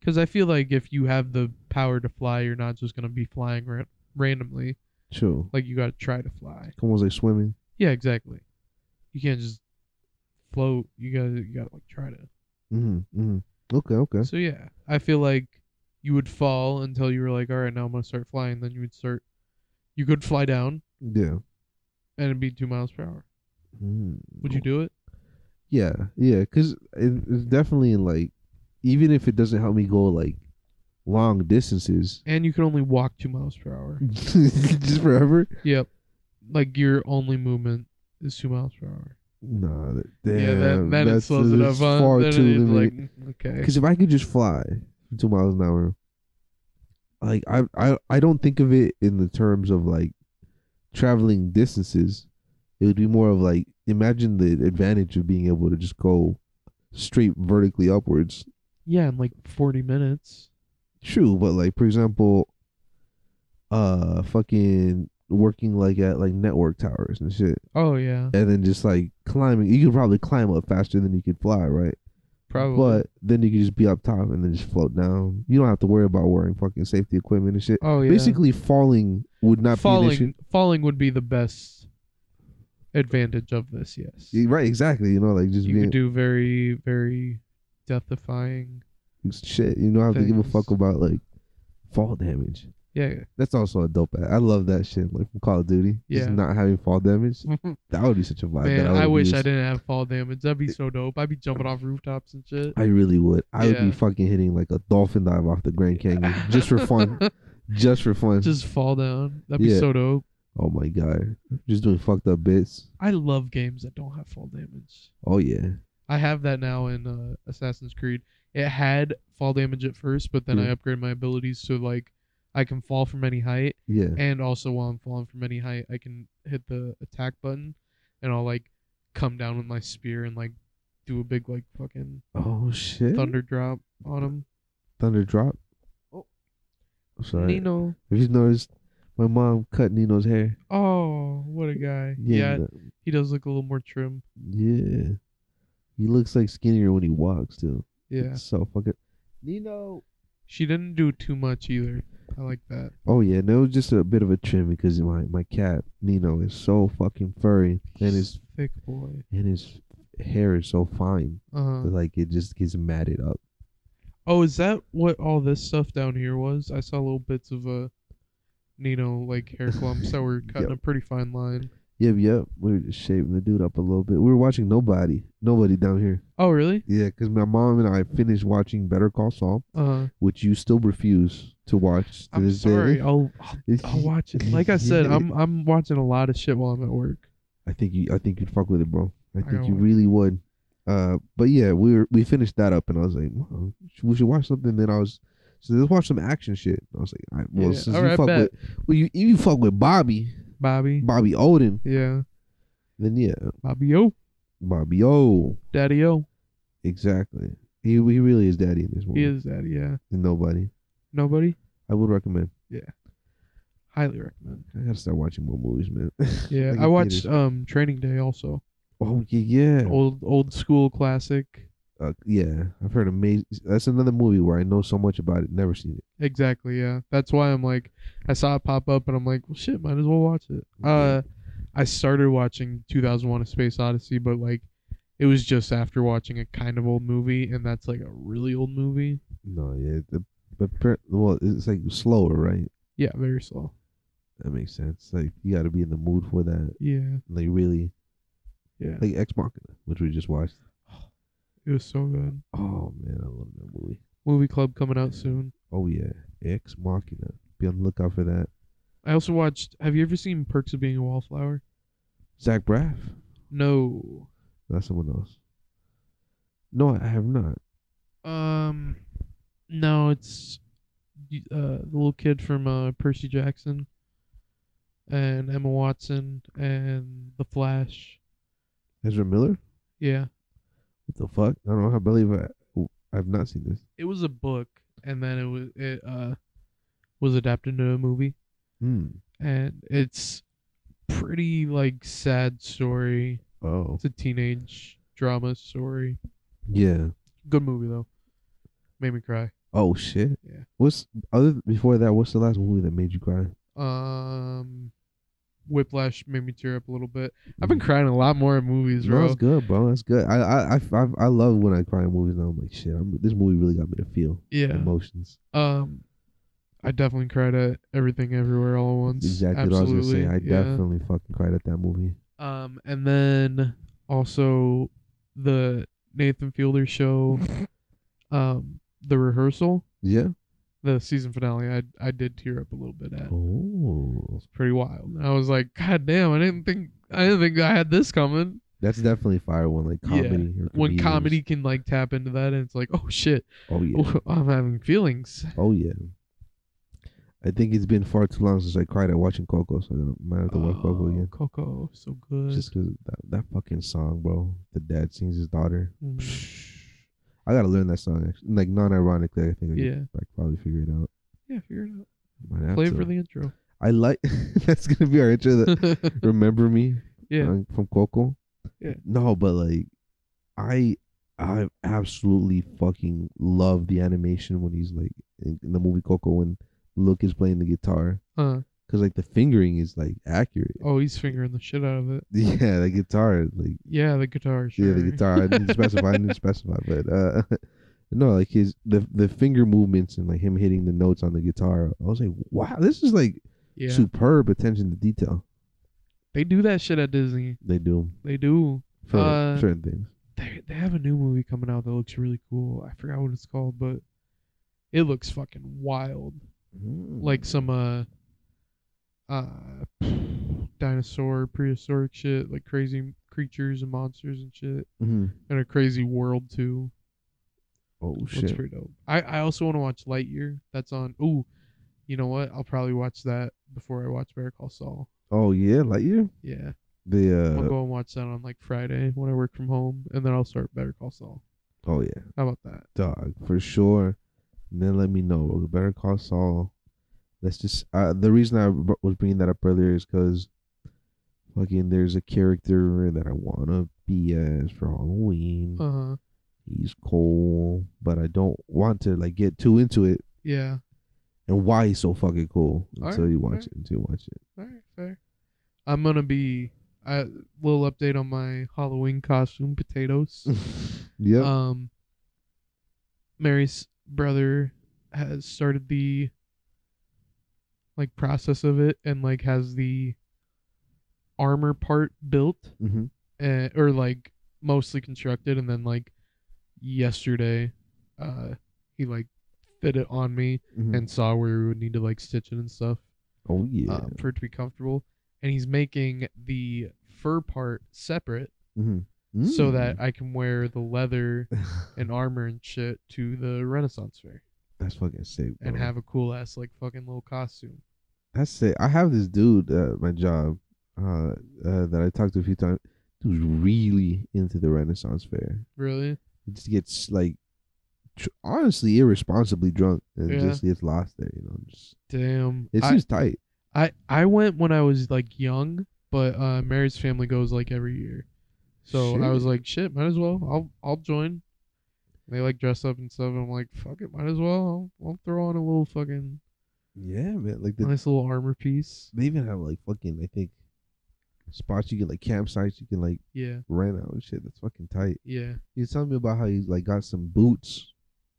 [SPEAKER 2] Because I feel like if you have the power to fly, you're not just gonna be flying ra- randomly.
[SPEAKER 1] Chill.
[SPEAKER 2] Like you gotta try to fly.
[SPEAKER 1] Almost like swimming.
[SPEAKER 2] Yeah, exactly. You can't just float. You gotta you gotta like try to.
[SPEAKER 1] Mm-hmm, mm-hmm. Okay. Okay.
[SPEAKER 2] So yeah, I feel like you would fall until you were like, all right, now I'm gonna start flying. Then you would start. You could fly down
[SPEAKER 1] Yeah.
[SPEAKER 2] and it'd be two miles per hour.
[SPEAKER 1] Mm.
[SPEAKER 2] Would you do it?
[SPEAKER 1] Yeah, yeah, because it, it's definitely like, even if it doesn't help me go like long distances,
[SPEAKER 2] And you could only walk two miles per hour.
[SPEAKER 1] just forever.
[SPEAKER 2] yep. Like your only movement is two miles per hour.
[SPEAKER 1] Nah, that,
[SPEAKER 2] yeah,
[SPEAKER 1] damn,
[SPEAKER 2] that that it
[SPEAKER 1] that's,
[SPEAKER 2] slows it up.
[SPEAKER 1] that's
[SPEAKER 2] Huh?
[SPEAKER 1] far
[SPEAKER 2] Then
[SPEAKER 1] too
[SPEAKER 2] it's
[SPEAKER 1] limited.
[SPEAKER 2] like mm, okay.
[SPEAKER 1] Because if I could just fly two miles an hour, like I, I, I don't think of it in the terms of like traveling distances. It would be more of like imagine the advantage of being able to just go straight vertically upwards.
[SPEAKER 2] Yeah, in like 40 minutes.
[SPEAKER 1] True, but like for example, uh, fucking working like at like network towers and shit,
[SPEAKER 2] Oh yeah,
[SPEAKER 1] and then just like climbing. You could probably climb up faster than you could fly, right?
[SPEAKER 2] probably.
[SPEAKER 1] But then you could just be up top and then just float down. You don't have to worry about wearing fucking safety equipment and shit.
[SPEAKER 2] oh yeah.
[SPEAKER 1] Basically, falling would not be an issue.
[SPEAKER 2] falling falling would be the best advantage of this. Yes,
[SPEAKER 1] Yeah, Right, exactly. You know, like just
[SPEAKER 2] you
[SPEAKER 1] being
[SPEAKER 2] could do very very death defying.
[SPEAKER 1] shit. You don't have to give a fuck
[SPEAKER 2] things.
[SPEAKER 1] about like fall damage.
[SPEAKER 2] Yeah.
[SPEAKER 1] That's also a dope. I love that shit. Like from Call of Duty, just
[SPEAKER 2] Yeah.
[SPEAKER 1] not having fall damage. That would be such a vibe.
[SPEAKER 2] Man,
[SPEAKER 1] that
[SPEAKER 2] I
[SPEAKER 1] would
[SPEAKER 2] wish
[SPEAKER 1] use.
[SPEAKER 2] I didn't have fall damage. That'd be so dope. I'd be jumping off rooftops and shit.
[SPEAKER 1] I really would. I would be
[SPEAKER 2] Yeah.
[SPEAKER 1] fucking hitting like a dolphin dive off the Grand Canyon just for fun. just for fun.
[SPEAKER 2] Just fall down. That'd be
[SPEAKER 1] Yeah.
[SPEAKER 2] so dope.
[SPEAKER 1] oh my god, just doing fucked up bits.
[SPEAKER 2] I love games that don't have fall damage.
[SPEAKER 1] Oh yeah,
[SPEAKER 2] I have that now in uh, Assassin's Creed. It had fall damage at first, but then
[SPEAKER 1] Yeah.
[SPEAKER 2] I upgraded my abilities so like I can fall from any height,
[SPEAKER 1] yeah.
[SPEAKER 2] and also while I'm falling from any height, I can hit the attack button, and I'll like come down with my spear and like do a big like fucking
[SPEAKER 1] Oh shit, thunder,
[SPEAKER 2] thunder drop on him.
[SPEAKER 1] drop. Oh, I'm sorry.
[SPEAKER 2] Nino,
[SPEAKER 1] If you noticed, my mom cut Nino's hair.
[SPEAKER 2] oh what a guy! yeah
[SPEAKER 1] the-
[SPEAKER 2] he does look a little more trim.
[SPEAKER 1] yeah. He looks like skinnier when he walks too.
[SPEAKER 2] Yeah,
[SPEAKER 1] It's so fucking. Nino.
[SPEAKER 2] she didn't do too much either. I like that.
[SPEAKER 1] Oh yeah, and it was just a bit of a trim because my my cat Nino is so fucking furry and his
[SPEAKER 2] thick boy.
[SPEAKER 1] and his hair is so fine,
[SPEAKER 2] Uh-huh.
[SPEAKER 1] but, like it just gets matted up.
[SPEAKER 2] Oh, is that what all this stuff down here was? I saw little bits of uh, Nino like hair clumps that were cutting
[SPEAKER 1] Yep.
[SPEAKER 2] a pretty fine line.
[SPEAKER 1] Yep, yep. We were just shaving the dude up a little bit. We were watching nobody, nobody down here.
[SPEAKER 2] Oh, really?
[SPEAKER 1] Yeah, because my mom and I finished watching Better Call Saul,
[SPEAKER 2] Uh,
[SPEAKER 1] which you still refuse to watch. To
[SPEAKER 2] I'm
[SPEAKER 1] this
[SPEAKER 2] sorry.
[SPEAKER 1] Day.
[SPEAKER 2] I'll, I'll I'll watch it. Like I said, I'm I'm watching a lot of shit while I'm at work.
[SPEAKER 1] I think you. I think you'd fuck with it, bro. I think
[SPEAKER 2] gotta
[SPEAKER 1] you
[SPEAKER 2] watch it.
[SPEAKER 1] really would. Uh, but yeah, we were, we finished that up, and I was like, "Mom, we should watch something. Then I was, so let's watch some action shit. I was like, all right, well,
[SPEAKER 2] Yeah,
[SPEAKER 1] since
[SPEAKER 2] all
[SPEAKER 1] you
[SPEAKER 2] right,
[SPEAKER 1] fuck
[SPEAKER 2] bet.
[SPEAKER 1] with, well, you you fuck with Bobby,
[SPEAKER 2] Bobby.
[SPEAKER 1] Bobby Odin,
[SPEAKER 2] Yeah.
[SPEAKER 1] then yeah,
[SPEAKER 2] Bobby O.
[SPEAKER 1] Bobby O,
[SPEAKER 2] Daddy O.
[SPEAKER 1] exactly. He he really is daddy in this movie.
[SPEAKER 2] He is daddy. Yeah.
[SPEAKER 1] And nobody.
[SPEAKER 2] Nobody.
[SPEAKER 1] I would recommend.
[SPEAKER 2] Highly recommend.
[SPEAKER 1] I gotta start watching more movies, man.
[SPEAKER 2] Yeah.
[SPEAKER 1] Like
[SPEAKER 2] I
[SPEAKER 1] in
[SPEAKER 2] watched
[SPEAKER 1] theaters.
[SPEAKER 2] um Training Day also.
[SPEAKER 1] Oh yeah, yeah.
[SPEAKER 2] Old old school classic.
[SPEAKER 1] Uh, yeah, I've heard amazing. That's another movie where I know so much about it, never seen it.
[SPEAKER 2] Exactly, yeah. That's why I'm like, I saw it pop up and I'm like, well, shit, might as well watch it. Uh, I started watching 2001: A Space Odyssey, but like, it was just after watching a kind of old movie, and that's like a really old movie.
[SPEAKER 1] No, yeah, the, but per- well, it's like slower, right?
[SPEAKER 2] Yeah, very slow.
[SPEAKER 1] That makes sense. Like you got to be in the mood for that.
[SPEAKER 2] Yeah,
[SPEAKER 1] Like really,
[SPEAKER 2] yeah.
[SPEAKER 1] like Ex Machina, which we just watched.
[SPEAKER 2] It was so good.
[SPEAKER 1] Oh man, I love that movie.
[SPEAKER 2] Movie Club coming out soon.
[SPEAKER 1] Oh yeah, Ex Machina. Be on the lookout for that.
[SPEAKER 2] I also watched. Have you ever seen Perks of Being a Wallflower?
[SPEAKER 1] Zach Braff.
[SPEAKER 2] No.
[SPEAKER 1] That's someone else. No, I have not.
[SPEAKER 2] Um, no, it's uh, the little kid from uh, Percy Jackson and Emma Watson and The Flash.
[SPEAKER 1] Ezra Miller.
[SPEAKER 2] Yeah,
[SPEAKER 1] What the fuck? I don't know. I believe I. I've not seen this.
[SPEAKER 2] it was a book, and then it was it uh was adapted to a movie,
[SPEAKER 1] Hmm.
[SPEAKER 2] and it's pretty like sad story.
[SPEAKER 1] Oh.
[SPEAKER 2] It's a teenage drama story.
[SPEAKER 1] Yeah.
[SPEAKER 2] Good movie though. Made me cry.
[SPEAKER 1] Oh shit.
[SPEAKER 2] Yeah.
[SPEAKER 1] What's other before that? What's the last movie that made you cry?
[SPEAKER 2] Um, Whiplash made me tear up a little bit. I've been crying a lot more in movies,
[SPEAKER 1] No,
[SPEAKER 2] bro.
[SPEAKER 1] that's good, bro. That's good. I I, I, I, I love when I cry in movies. Now I'm like, shit. I'm, this movie really got me to feel
[SPEAKER 2] Yeah.
[SPEAKER 1] emotions.
[SPEAKER 2] Um, I definitely cried at everything, everywhere, all at once.
[SPEAKER 1] Exactly
[SPEAKER 2] Absolutely.
[SPEAKER 1] what I was gonna say. I
[SPEAKER 2] yeah.
[SPEAKER 1] definitely fucking cried at that movie.
[SPEAKER 2] Um, and then also the Nathan Fielder show, um, the rehearsal,
[SPEAKER 1] Yeah.
[SPEAKER 2] the season finale. I I did tear up a little bit at.
[SPEAKER 1] Oh,
[SPEAKER 2] Pretty wild. I was like, God damn! I didn't think I didn't think I had this coming.
[SPEAKER 1] that's definitely fire when like
[SPEAKER 2] Yeah.
[SPEAKER 1] comedy. or
[SPEAKER 2] When
[SPEAKER 1] comedians-
[SPEAKER 2] comedy can like tap into that, and it's like, oh shit.
[SPEAKER 1] Oh yeah.
[SPEAKER 2] I'm having feelings.
[SPEAKER 1] Oh yeah. I think it's been far too long since I cried at watching Coco, so I might have to watch Coco
[SPEAKER 2] Oh,
[SPEAKER 1] again.
[SPEAKER 2] Coco, so good.
[SPEAKER 1] Just because that, that fucking song, bro. The dad sings his daughter.
[SPEAKER 2] Mm,
[SPEAKER 1] I gotta learn that song, actually. like non-ironically. I think I,
[SPEAKER 2] yeah,
[SPEAKER 1] could, like, probably figure it out.
[SPEAKER 2] yeah, figure it out.
[SPEAKER 1] Might have
[SPEAKER 2] Play
[SPEAKER 1] to.
[SPEAKER 2] it for the intro.
[SPEAKER 1] I like. that's gonna be our intro. That, Remember me
[SPEAKER 2] yeah,
[SPEAKER 1] uh, from Coco.
[SPEAKER 2] Yeah.
[SPEAKER 1] No, but like, I I absolutely fucking love the animation when he's like in, in the movie Coco when Luke is playing the guitar
[SPEAKER 2] uh,
[SPEAKER 1] because like the fingering is like accurate.
[SPEAKER 2] oh, he's fingering the shit out of it.
[SPEAKER 1] Yeah, the guitar like
[SPEAKER 2] Yeah, the guitar.
[SPEAKER 1] yeah the
[SPEAKER 2] sure.
[SPEAKER 1] guitar. I didn't specify. I didn't specify, but uh, No, like his the the finger movements and like him hitting the notes on the guitar. I was like, wow, this is like
[SPEAKER 2] Yeah.
[SPEAKER 1] superb attention to detail.
[SPEAKER 2] They do that shit at Disney.
[SPEAKER 1] They do
[SPEAKER 2] They do.
[SPEAKER 1] for
[SPEAKER 2] Uh,
[SPEAKER 1] certain things.
[SPEAKER 2] They they have a new movie coming out that looks really cool. I forgot what it's called, but it looks fucking wild.
[SPEAKER 1] Mm.
[SPEAKER 2] Like some uh uh dinosaur prehistoric shit, like crazy creatures and monsters and shit.
[SPEAKER 1] hmm
[SPEAKER 2] And a crazy world too.
[SPEAKER 1] oh
[SPEAKER 2] Looks
[SPEAKER 1] shit,
[SPEAKER 2] pretty dope. I, I also want to watch Lightyear. That's on. Ooh, you know what? I'll probably watch that before I watch Better Call Saul.
[SPEAKER 1] oh yeah, Lightyear.
[SPEAKER 2] Yeah,
[SPEAKER 1] The
[SPEAKER 2] I'll
[SPEAKER 1] uh,
[SPEAKER 2] go and watch that on like Friday when I work from home, and then I'll start Better Call Saul.
[SPEAKER 1] oh yeah,
[SPEAKER 2] How about that?
[SPEAKER 1] dog for sure. And then let me know. Better Call Saul. Let's just. Uh, the reason I br- was bringing that up earlier is because, fucking, there's a character that I wanna be as for Halloween.
[SPEAKER 2] Uh huh.
[SPEAKER 1] he's cool, but I don't want to like get too into it
[SPEAKER 2] Yeah.
[SPEAKER 1] and why he's so fucking cool
[SPEAKER 2] All
[SPEAKER 1] until
[SPEAKER 2] right,
[SPEAKER 1] you
[SPEAKER 2] all
[SPEAKER 1] watch
[SPEAKER 2] right.
[SPEAKER 1] it. Until you watch it.
[SPEAKER 2] All right. Fair. I'm gonna be a little update on my Halloween costume potatoes.
[SPEAKER 1] Yep.
[SPEAKER 2] Um, Mary's brother has started the like process of it and like has the armor part built
[SPEAKER 1] Mhm.
[SPEAKER 2] uh, or like mostly constructed and then like yesterday uh he like fit it on me
[SPEAKER 1] Mhm.
[SPEAKER 2] and saw where we would need to like stitch it and stuff
[SPEAKER 1] oh yeah.
[SPEAKER 2] um, for it to be comfortable and he's making the fur part separate
[SPEAKER 1] Mhm.
[SPEAKER 2] so
[SPEAKER 1] Mm.
[SPEAKER 2] that I can wear the leather
[SPEAKER 1] Mm-hmm.
[SPEAKER 2] and armor and shit to the Renaissance fair
[SPEAKER 1] that's fucking sick.
[SPEAKER 2] and
[SPEAKER 1] bro.
[SPEAKER 2] have a cool ass like fucking little costume.
[SPEAKER 1] that's sick. I have this dude at my job uh, uh, that I talked to a few times. Who's really into the Renaissance Fair?
[SPEAKER 2] Really?
[SPEAKER 1] He just gets like, tr- honestly, irresponsibly drunk and
[SPEAKER 2] Yeah.
[SPEAKER 1] just gets lost there. You know, just
[SPEAKER 2] Damn.
[SPEAKER 1] it's
[SPEAKER 2] I,
[SPEAKER 1] just tight.
[SPEAKER 2] I I went when I was like young, but uh Mary's family goes like every year. So I
[SPEAKER 1] Shit.
[SPEAKER 2] was like, shit, might as well. I'll I'll join. They like dress up and stuff. And I'm like, fuck it, might as well. I'll, I'll throw on a little fucking
[SPEAKER 1] Yeah, man. Like the
[SPEAKER 2] nice little armor piece.
[SPEAKER 1] They even have like fucking I think spots you can like campsites you can like
[SPEAKER 2] Yeah,
[SPEAKER 1] rent out and shit. That's fucking tight.
[SPEAKER 2] yeah,
[SPEAKER 1] He was telling me about how he like got some boots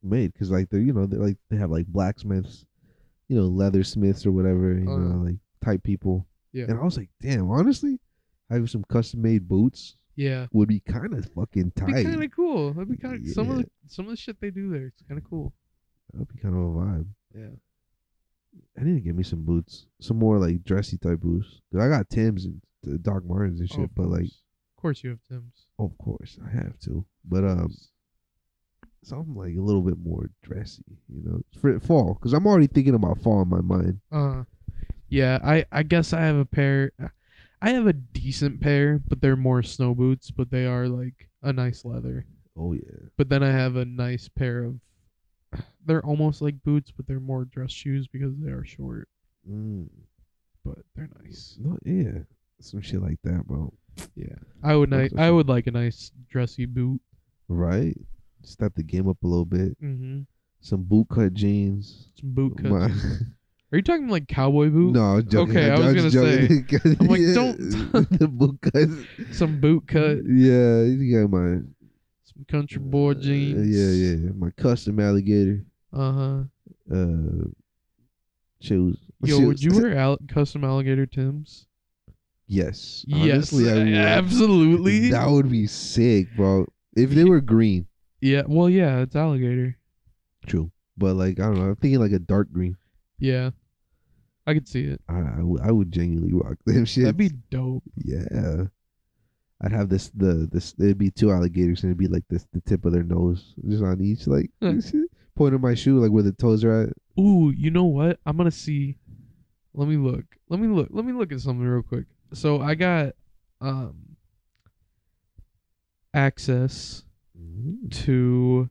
[SPEAKER 1] made because like they're you know they are like they have like blacksmiths, you know leathersmiths or whatever you
[SPEAKER 2] Oh,
[SPEAKER 1] know like type people.
[SPEAKER 2] Yeah.
[SPEAKER 1] And I was like, damn, honestly, having some custom made boots
[SPEAKER 2] yeah.
[SPEAKER 1] would be kind of fucking
[SPEAKER 2] It'd
[SPEAKER 1] tight.
[SPEAKER 2] be kind of cool. That'd be kind of some of
[SPEAKER 1] Yeah.
[SPEAKER 2] the some of the shit they do there. It's kind of cool.
[SPEAKER 1] That'd be kind of a vibe.
[SPEAKER 2] Yeah.
[SPEAKER 1] I need to get me some boots, some more like dressy type boots. 'Cause I got Tim's and uh, Doc Martens and
[SPEAKER 2] Oh,
[SPEAKER 1] shit,
[SPEAKER 2] of
[SPEAKER 1] but like
[SPEAKER 2] course. of course you have Tim's.
[SPEAKER 1] Of course, I have to. But um, something like a little bit more dressy, you know, for fall. Because I'm already thinking about fall in my mind.
[SPEAKER 2] Uh, yeah. I I guess I have a pair. I have a decent pair, but they're more snow boots. But they are like a nice leather.
[SPEAKER 1] Oh yeah,
[SPEAKER 2] But then I have a nice pair of. They're almost like boots, but they're more dress shoes because they are short.
[SPEAKER 1] mm.
[SPEAKER 2] But they're nice.
[SPEAKER 1] no, yeah, some shit like that, bro.
[SPEAKER 2] Yeah, I would. Ni-
[SPEAKER 1] Those are
[SPEAKER 2] I
[SPEAKER 1] some-
[SPEAKER 2] would like a nice dressy boot.
[SPEAKER 1] Right? Step the game up a little bit.
[SPEAKER 2] Mm-hmm.
[SPEAKER 1] Some bootcut jeans.
[SPEAKER 2] Some boot cuts.
[SPEAKER 1] My-
[SPEAKER 2] Are you talking like cowboy boot?
[SPEAKER 1] no, I was joking.
[SPEAKER 2] Okay, I was gonna
[SPEAKER 1] say.
[SPEAKER 2] I'm like, don't-
[SPEAKER 1] the boot cuts.
[SPEAKER 2] Some boot cut.
[SPEAKER 1] Yeah, you got my
[SPEAKER 2] Some country boy jeans.
[SPEAKER 1] Uh, Yeah, yeah, my custom alligator.
[SPEAKER 2] Uh huh.
[SPEAKER 1] uh shoes.
[SPEAKER 2] Yo,
[SPEAKER 1] Shoes.
[SPEAKER 2] would you wear al- custom alligator Tim's?
[SPEAKER 1] Yes. Honestly,
[SPEAKER 2] yes,
[SPEAKER 1] I would.
[SPEAKER 2] absolutely.
[SPEAKER 1] That would be sick, bro. If they were green,
[SPEAKER 2] yeah, well, yeah, it's alligator.
[SPEAKER 1] true. But like I don't know, I'm thinking like a dark green.
[SPEAKER 2] Yeah, I could see it.
[SPEAKER 1] I I would, I would genuinely rock them shit.
[SPEAKER 2] That'd be dope.
[SPEAKER 1] yeah. I'd have this the this it'd be two alligators and it'd be like this the tip of their nose just on each like
[SPEAKER 2] Huh.
[SPEAKER 1] you see? point of my shoe like where the toes are at.
[SPEAKER 2] Ooh, you know what? I'm gonna see. Let me look. Let me look. Let me look at something real quick. So I got um access
[SPEAKER 1] Mm-hmm.
[SPEAKER 2] to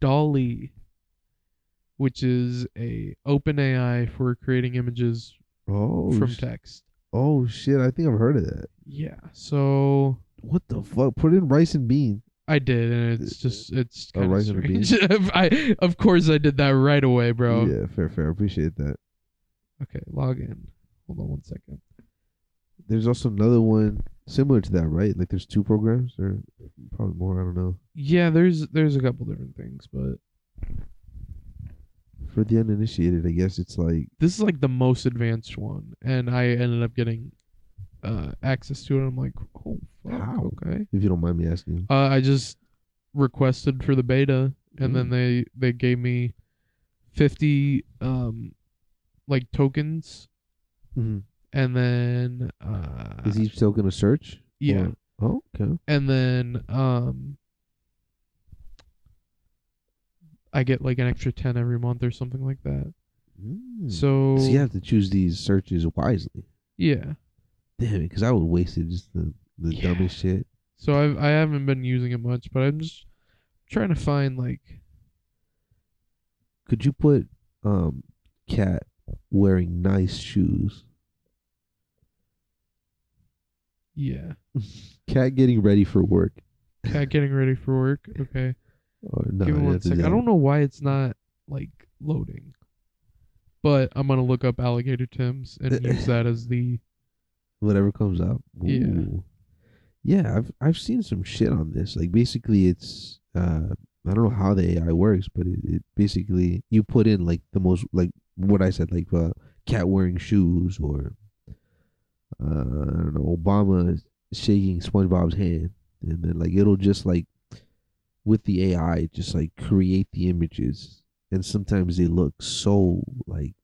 [SPEAKER 2] Dolly, which is a open AI for creating images
[SPEAKER 1] Oh
[SPEAKER 2] from
[SPEAKER 1] sh-
[SPEAKER 2] text.
[SPEAKER 1] oh shit! I think I've heard of that.
[SPEAKER 2] Yeah. So
[SPEAKER 1] What the fuck? Put in rice and beans.
[SPEAKER 2] I did, and it's just it's
[SPEAKER 1] A
[SPEAKER 2] kind of
[SPEAKER 1] rice and a bean?
[SPEAKER 2] strange. I of course I did that right away, bro.
[SPEAKER 1] Yeah, fair, fair. Appreciate that.
[SPEAKER 2] Okay, log in. Hold on one second.
[SPEAKER 1] There's also another one similar to that, right? Like there's two programs or probably more. I don't know.
[SPEAKER 2] Yeah, there's there's a couple different things, but
[SPEAKER 1] For the uninitiated, I guess it's like
[SPEAKER 2] this is like the most advanced one, and I ended up getting uh, access to it. I'm like, oh, fuck,
[SPEAKER 1] How?
[SPEAKER 2] okay.
[SPEAKER 1] if you don't mind me asking.
[SPEAKER 2] Uh, I just requested for the beta, and
[SPEAKER 1] Hmm.
[SPEAKER 2] then they they gave me fifty um like tokens, Mm-hmm. and then uh,
[SPEAKER 1] Is each token a search?
[SPEAKER 2] yeah,
[SPEAKER 1] Or- Oh, okay.
[SPEAKER 2] and then um I get like an extra ten every month or something like that.
[SPEAKER 1] Mm.
[SPEAKER 2] So
[SPEAKER 1] So you have to choose these searches wisely.
[SPEAKER 2] yeah.
[SPEAKER 1] Damn it, because I would waste it just the, the
[SPEAKER 2] Yeah.
[SPEAKER 1] dumbest shit.
[SPEAKER 2] So I've I haven't been using it much, but I'm just trying to find like
[SPEAKER 1] Could you put um cat wearing nice shoes?
[SPEAKER 2] yeah,
[SPEAKER 1] Cat getting ready for work.
[SPEAKER 2] cat getting ready for work. Okay,
[SPEAKER 1] Or no,
[SPEAKER 2] give me one sec. I don't know why it's not like loading, but I'm gonna look up alligator Tim's and use that as the
[SPEAKER 1] whatever comes up.
[SPEAKER 2] Yeah.
[SPEAKER 1] Ooh. Yeah, I've I've seen some shit on this. Like basically it's uh I don't know how the AI works, but it, it basically you put in like the most like what I said, like uh cat wearing shoes or uh I don't know, Obama shaking SpongeBob's hand and then like it'll just like with the AI just like create the images and sometimes they look so like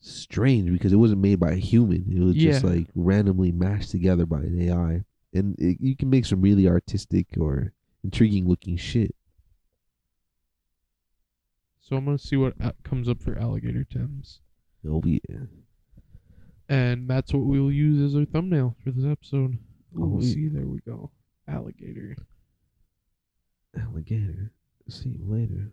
[SPEAKER 1] strange because it wasn't made by a human. It was just
[SPEAKER 2] Yeah.
[SPEAKER 1] like randomly mashed together by an AI. And it, you can make some really artistic or intriguing looking shit.
[SPEAKER 2] so I'm gonna see what uh, comes up for alligator Tim's,
[SPEAKER 1] Oh yeah.
[SPEAKER 2] and that's what we'll use as our thumbnail for this episode.
[SPEAKER 1] Oh,
[SPEAKER 2] Oh,
[SPEAKER 1] yeah.
[SPEAKER 2] see, there we go, alligator.
[SPEAKER 1] oh Alligator. See you later.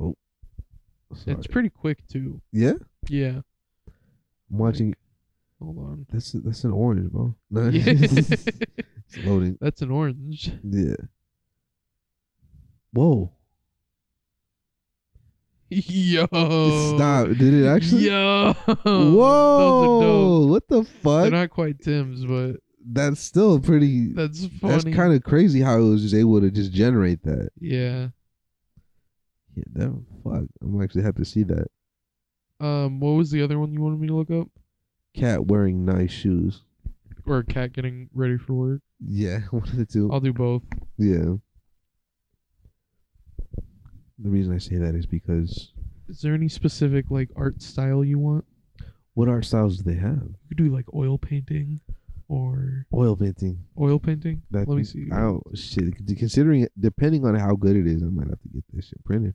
[SPEAKER 1] Oh. Sorry.
[SPEAKER 2] It's pretty quick too.
[SPEAKER 1] yeah?
[SPEAKER 2] Yeah,
[SPEAKER 1] I'm watching
[SPEAKER 2] hold on.
[SPEAKER 1] that's that's an orange, bro. No. it's
[SPEAKER 2] Yeah.
[SPEAKER 1] loading.
[SPEAKER 2] That's an orange.
[SPEAKER 1] Yeah. Whoa.
[SPEAKER 2] Yo.
[SPEAKER 1] Stop. Did it actually
[SPEAKER 2] Oh. Yo.
[SPEAKER 1] Whoa.
[SPEAKER 2] Those are dope.
[SPEAKER 1] What the
[SPEAKER 2] They're
[SPEAKER 1] fuck?
[SPEAKER 2] not quite Tim's, but
[SPEAKER 1] that's still pretty
[SPEAKER 2] that's funny.
[SPEAKER 1] that's kind of crazy how it was just able to just generate that.
[SPEAKER 2] Yeah.
[SPEAKER 1] Yeah, that fuck. I'm actually happy to see that.
[SPEAKER 2] Um. What was the other one you wanted me to look up?
[SPEAKER 1] Cat wearing nice shoes.
[SPEAKER 2] Or a cat getting ready for work?
[SPEAKER 1] Yeah, one of the two.
[SPEAKER 2] I'll do both.
[SPEAKER 1] Yeah. The reason I say that is because
[SPEAKER 2] Is there any specific like art style you want?
[SPEAKER 1] what art styles do they have?
[SPEAKER 2] You could do like oil painting, or
[SPEAKER 1] Oil painting.
[SPEAKER 2] oil painting.
[SPEAKER 1] That
[SPEAKER 2] Let me see.
[SPEAKER 1] Oh shit! c- Considering depending on how good it is, I might have to get this shit printed.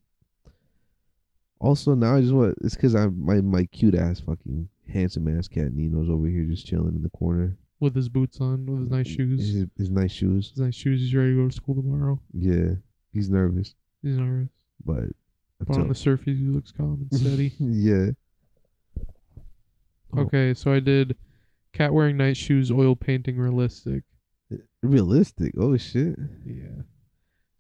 [SPEAKER 1] Also, now I just want it's because I'm my my cute ass fucking handsome ass cat Nino's over here just chilling in the corner.
[SPEAKER 2] With his boots on, with his nice
[SPEAKER 1] Mm,
[SPEAKER 2] shoes.
[SPEAKER 1] His, his nice shoes.
[SPEAKER 2] His nice shoes. He's ready to go to school tomorrow.
[SPEAKER 1] Yeah, he's nervous,
[SPEAKER 2] He's nervous.
[SPEAKER 1] but
[SPEAKER 2] But on the surface, he looks calm and steady.
[SPEAKER 1] yeah, Oh.
[SPEAKER 2] Okay, so I did cat wearing night shoes, oil painting, realistic.
[SPEAKER 1] realistic. Oh shit!
[SPEAKER 2] Yeah.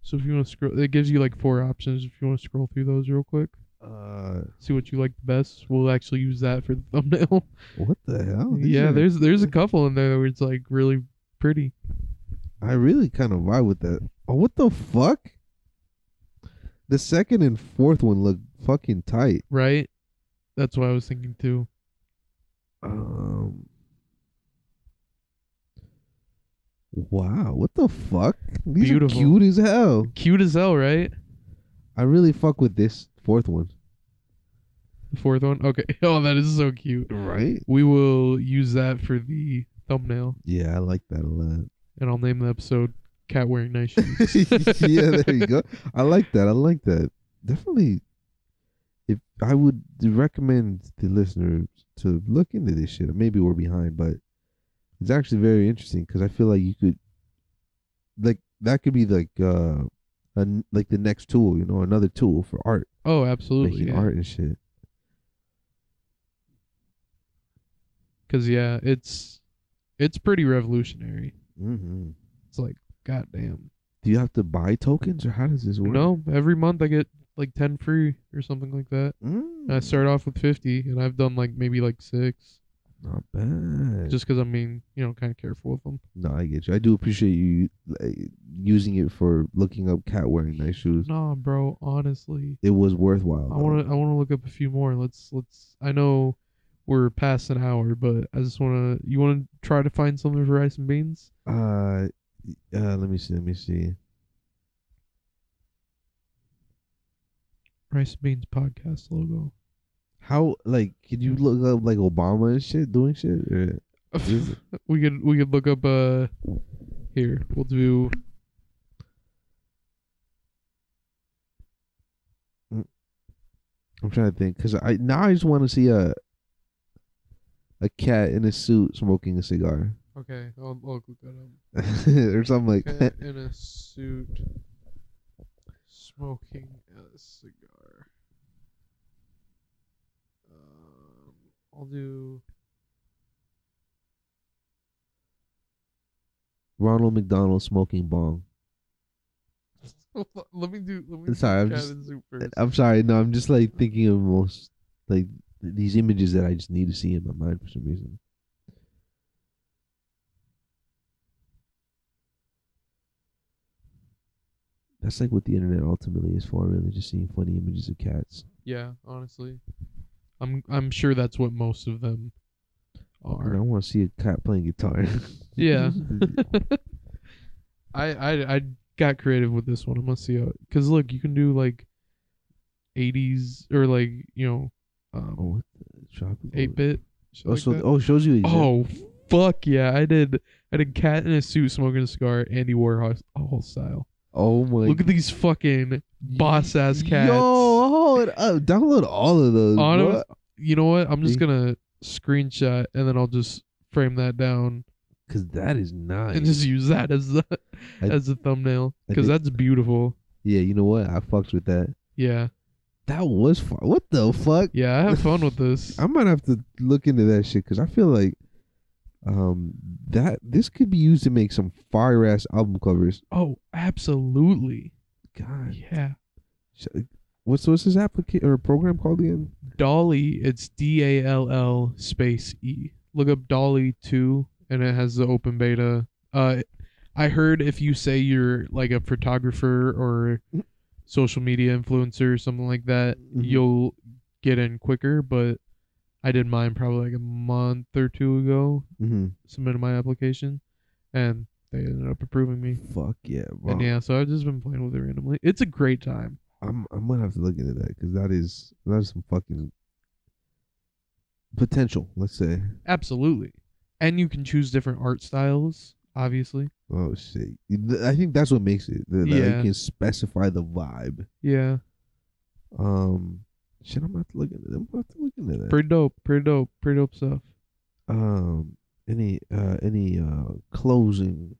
[SPEAKER 2] So if you want to scroll, it gives you like four options. If you want to scroll through those real quick,
[SPEAKER 1] Uh,
[SPEAKER 2] see what you like the best. We'll actually use that for the thumbnail.
[SPEAKER 1] what the hell? These
[SPEAKER 2] yeah,
[SPEAKER 1] are-
[SPEAKER 2] there's there's a couple in there where it's like really pretty.
[SPEAKER 1] I really kind of vibe with that. Oh, what the fuck? The second and fourth one look fucking tight.
[SPEAKER 2] Right? That's what I was thinking too.
[SPEAKER 1] Um. Wow, what the fuck? These
[SPEAKER 2] Beautiful.
[SPEAKER 1] are cute as hell.
[SPEAKER 2] Cute as hell, right?
[SPEAKER 1] I really fuck with this fourth one.
[SPEAKER 2] The fourth one. Okay. Oh, that is so cute.
[SPEAKER 1] Right?
[SPEAKER 2] We will use that for the thumbnail,
[SPEAKER 1] Yeah, I like that a lot.
[SPEAKER 2] and I'll name the episode "Cat Wearing Night Shoes."
[SPEAKER 1] yeah, there you go. I like that. I like that. Definitely. If I would recommend the listener to look into this shit, maybe we're behind, but it's actually very interesting because I feel like you could, like that could be like uh, an, like the next tool, you know, another tool for art,
[SPEAKER 2] Oh, absolutely.
[SPEAKER 1] making
[SPEAKER 2] yeah.
[SPEAKER 1] art and shit.
[SPEAKER 2] Cause yeah, it's it's pretty revolutionary.
[SPEAKER 1] Mm-hmm.
[SPEAKER 2] It's like, goddamn.
[SPEAKER 1] Do you have to buy tokens or how does this work?
[SPEAKER 2] No, every month I get like ten free or something like that.
[SPEAKER 1] Mm,
[SPEAKER 2] And I start off with fifty, and I've done like maybe like six,
[SPEAKER 1] not bad.
[SPEAKER 2] just because I'm being you know kind of careful with them.
[SPEAKER 1] no, I get you. I do appreciate you like, using it for looking up cat wearing nice shoes.
[SPEAKER 2] Nah, bro. Honestly,
[SPEAKER 1] It was worthwhile.
[SPEAKER 2] I want to I want to look up a few more. Let's let's. I know we're past an hour, but I just want to. You want to try to find something for rice and beans?
[SPEAKER 1] to. Uh, uh, let me see. Let me see.
[SPEAKER 2] Rice and beans podcast logo.
[SPEAKER 1] How like could you look up like Obama and shit doing shit? Or, Is
[SPEAKER 2] we could we could look up uh here we'll do
[SPEAKER 1] I'm trying to think because I now I just want to see a a cat in a suit smoking a cigar
[SPEAKER 2] okay I'll, I'll look that up.
[SPEAKER 1] or something like
[SPEAKER 2] Cat
[SPEAKER 1] that.
[SPEAKER 2] in a suit smoking a cigar. Um, I'll do.
[SPEAKER 1] Ronald McDonald smoking bong.
[SPEAKER 2] let me do. Let me
[SPEAKER 1] Sorry, I'm
[SPEAKER 2] do cat
[SPEAKER 1] just-
[SPEAKER 2] in suit first.
[SPEAKER 1] I'm sorry, no, I'm just like thinking of most like these images that I just need to see in my mind for some reason. That's like what the internet ultimately is for, really, just seeing funny images of cats.
[SPEAKER 2] yeah, honestly, I'm I'm sure that's what most of them
[SPEAKER 1] And I
[SPEAKER 2] are.
[SPEAKER 1] want to see a cat playing guitar.
[SPEAKER 2] Yeah. I, I I got creative with this one. I'm gonna see how because look, you can do like 80s or like you know, um,
[SPEAKER 1] oh, what the tropical-
[SPEAKER 2] eight bit.
[SPEAKER 1] Oh, so oh, it shows you. Exactly.
[SPEAKER 2] Oh fuck yeah! I did. I did cat in a suit smoking a cigar. Andy Warhol Warhol style.
[SPEAKER 1] oh my.
[SPEAKER 2] Look at these fucking boss ass cats.
[SPEAKER 1] Yo, hold up. Download all of those.
[SPEAKER 2] Auto-
[SPEAKER 1] bro.
[SPEAKER 2] you know what? I'm just
[SPEAKER 1] See?
[SPEAKER 2] gonna screenshot and then I'll just frame that down
[SPEAKER 1] Cause that is nice.
[SPEAKER 2] and just use that as the
[SPEAKER 1] I-
[SPEAKER 2] as the thumbnail
[SPEAKER 1] I
[SPEAKER 2] because
[SPEAKER 1] did-
[SPEAKER 2] that's beautiful.
[SPEAKER 1] yeah, you know what? I fucked with that.
[SPEAKER 2] Yeah,
[SPEAKER 1] That was fun. What the fuck?
[SPEAKER 2] yeah. I have fun with this.
[SPEAKER 1] I might have to look into that shit because I feel like um that this could be used to make some fire ass album covers.
[SPEAKER 2] oh, absolutely.
[SPEAKER 1] God,
[SPEAKER 2] Yeah,
[SPEAKER 1] Sh- what's what's this application or program called again?
[SPEAKER 2] Dolly. It's D A L L space E. Look up Dolly two, and it has the open beta. Uh, I heard if you say you're like a photographer or social media influencer or something like that,
[SPEAKER 1] Mhm.
[SPEAKER 2] you'll get in quicker. But I did mine probably like a month or two ago.
[SPEAKER 1] Mm-hmm.
[SPEAKER 2] Submitted my application, and they ended up approving me.
[SPEAKER 1] Fuck yeah, bro.
[SPEAKER 2] And yeah, so I've just been playing with it randomly. It's a great time.
[SPEAKER 1] I'm I might have to look into that because that is that is some fucking potential. Let's say.
[SPEAKER 2] Absolutely. And you can choose different art styles, obviously.
[SPEAKER 1] Oh shit! Th- I think that's what makes it. That that
[SPEAKER 2] Yeah.
[SPEAKER 1] you can specify the vibe.
[SPEAKER 2] Yeah.
[SPEAKER 1] Um, shit, I'm gonna have to look into. I'm gonna have to look into that.
[SPEAKER 2] Pretty dope. Pretty dope. Pretty dope stuff.
[SPEAKER 1] um, any uh, any uh, closing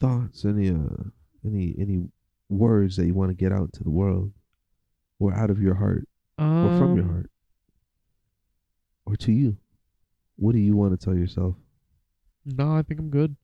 [SPEAKER 1] thoughts? Any uh, any any words that you want to get out to the world, or out of your heart,
[SPEAKER 2] Um,
[SPEAKER 1] or from your heart, or to you? What do you want to tell yourself?
[SPEAKER 2] No, I think I'm good.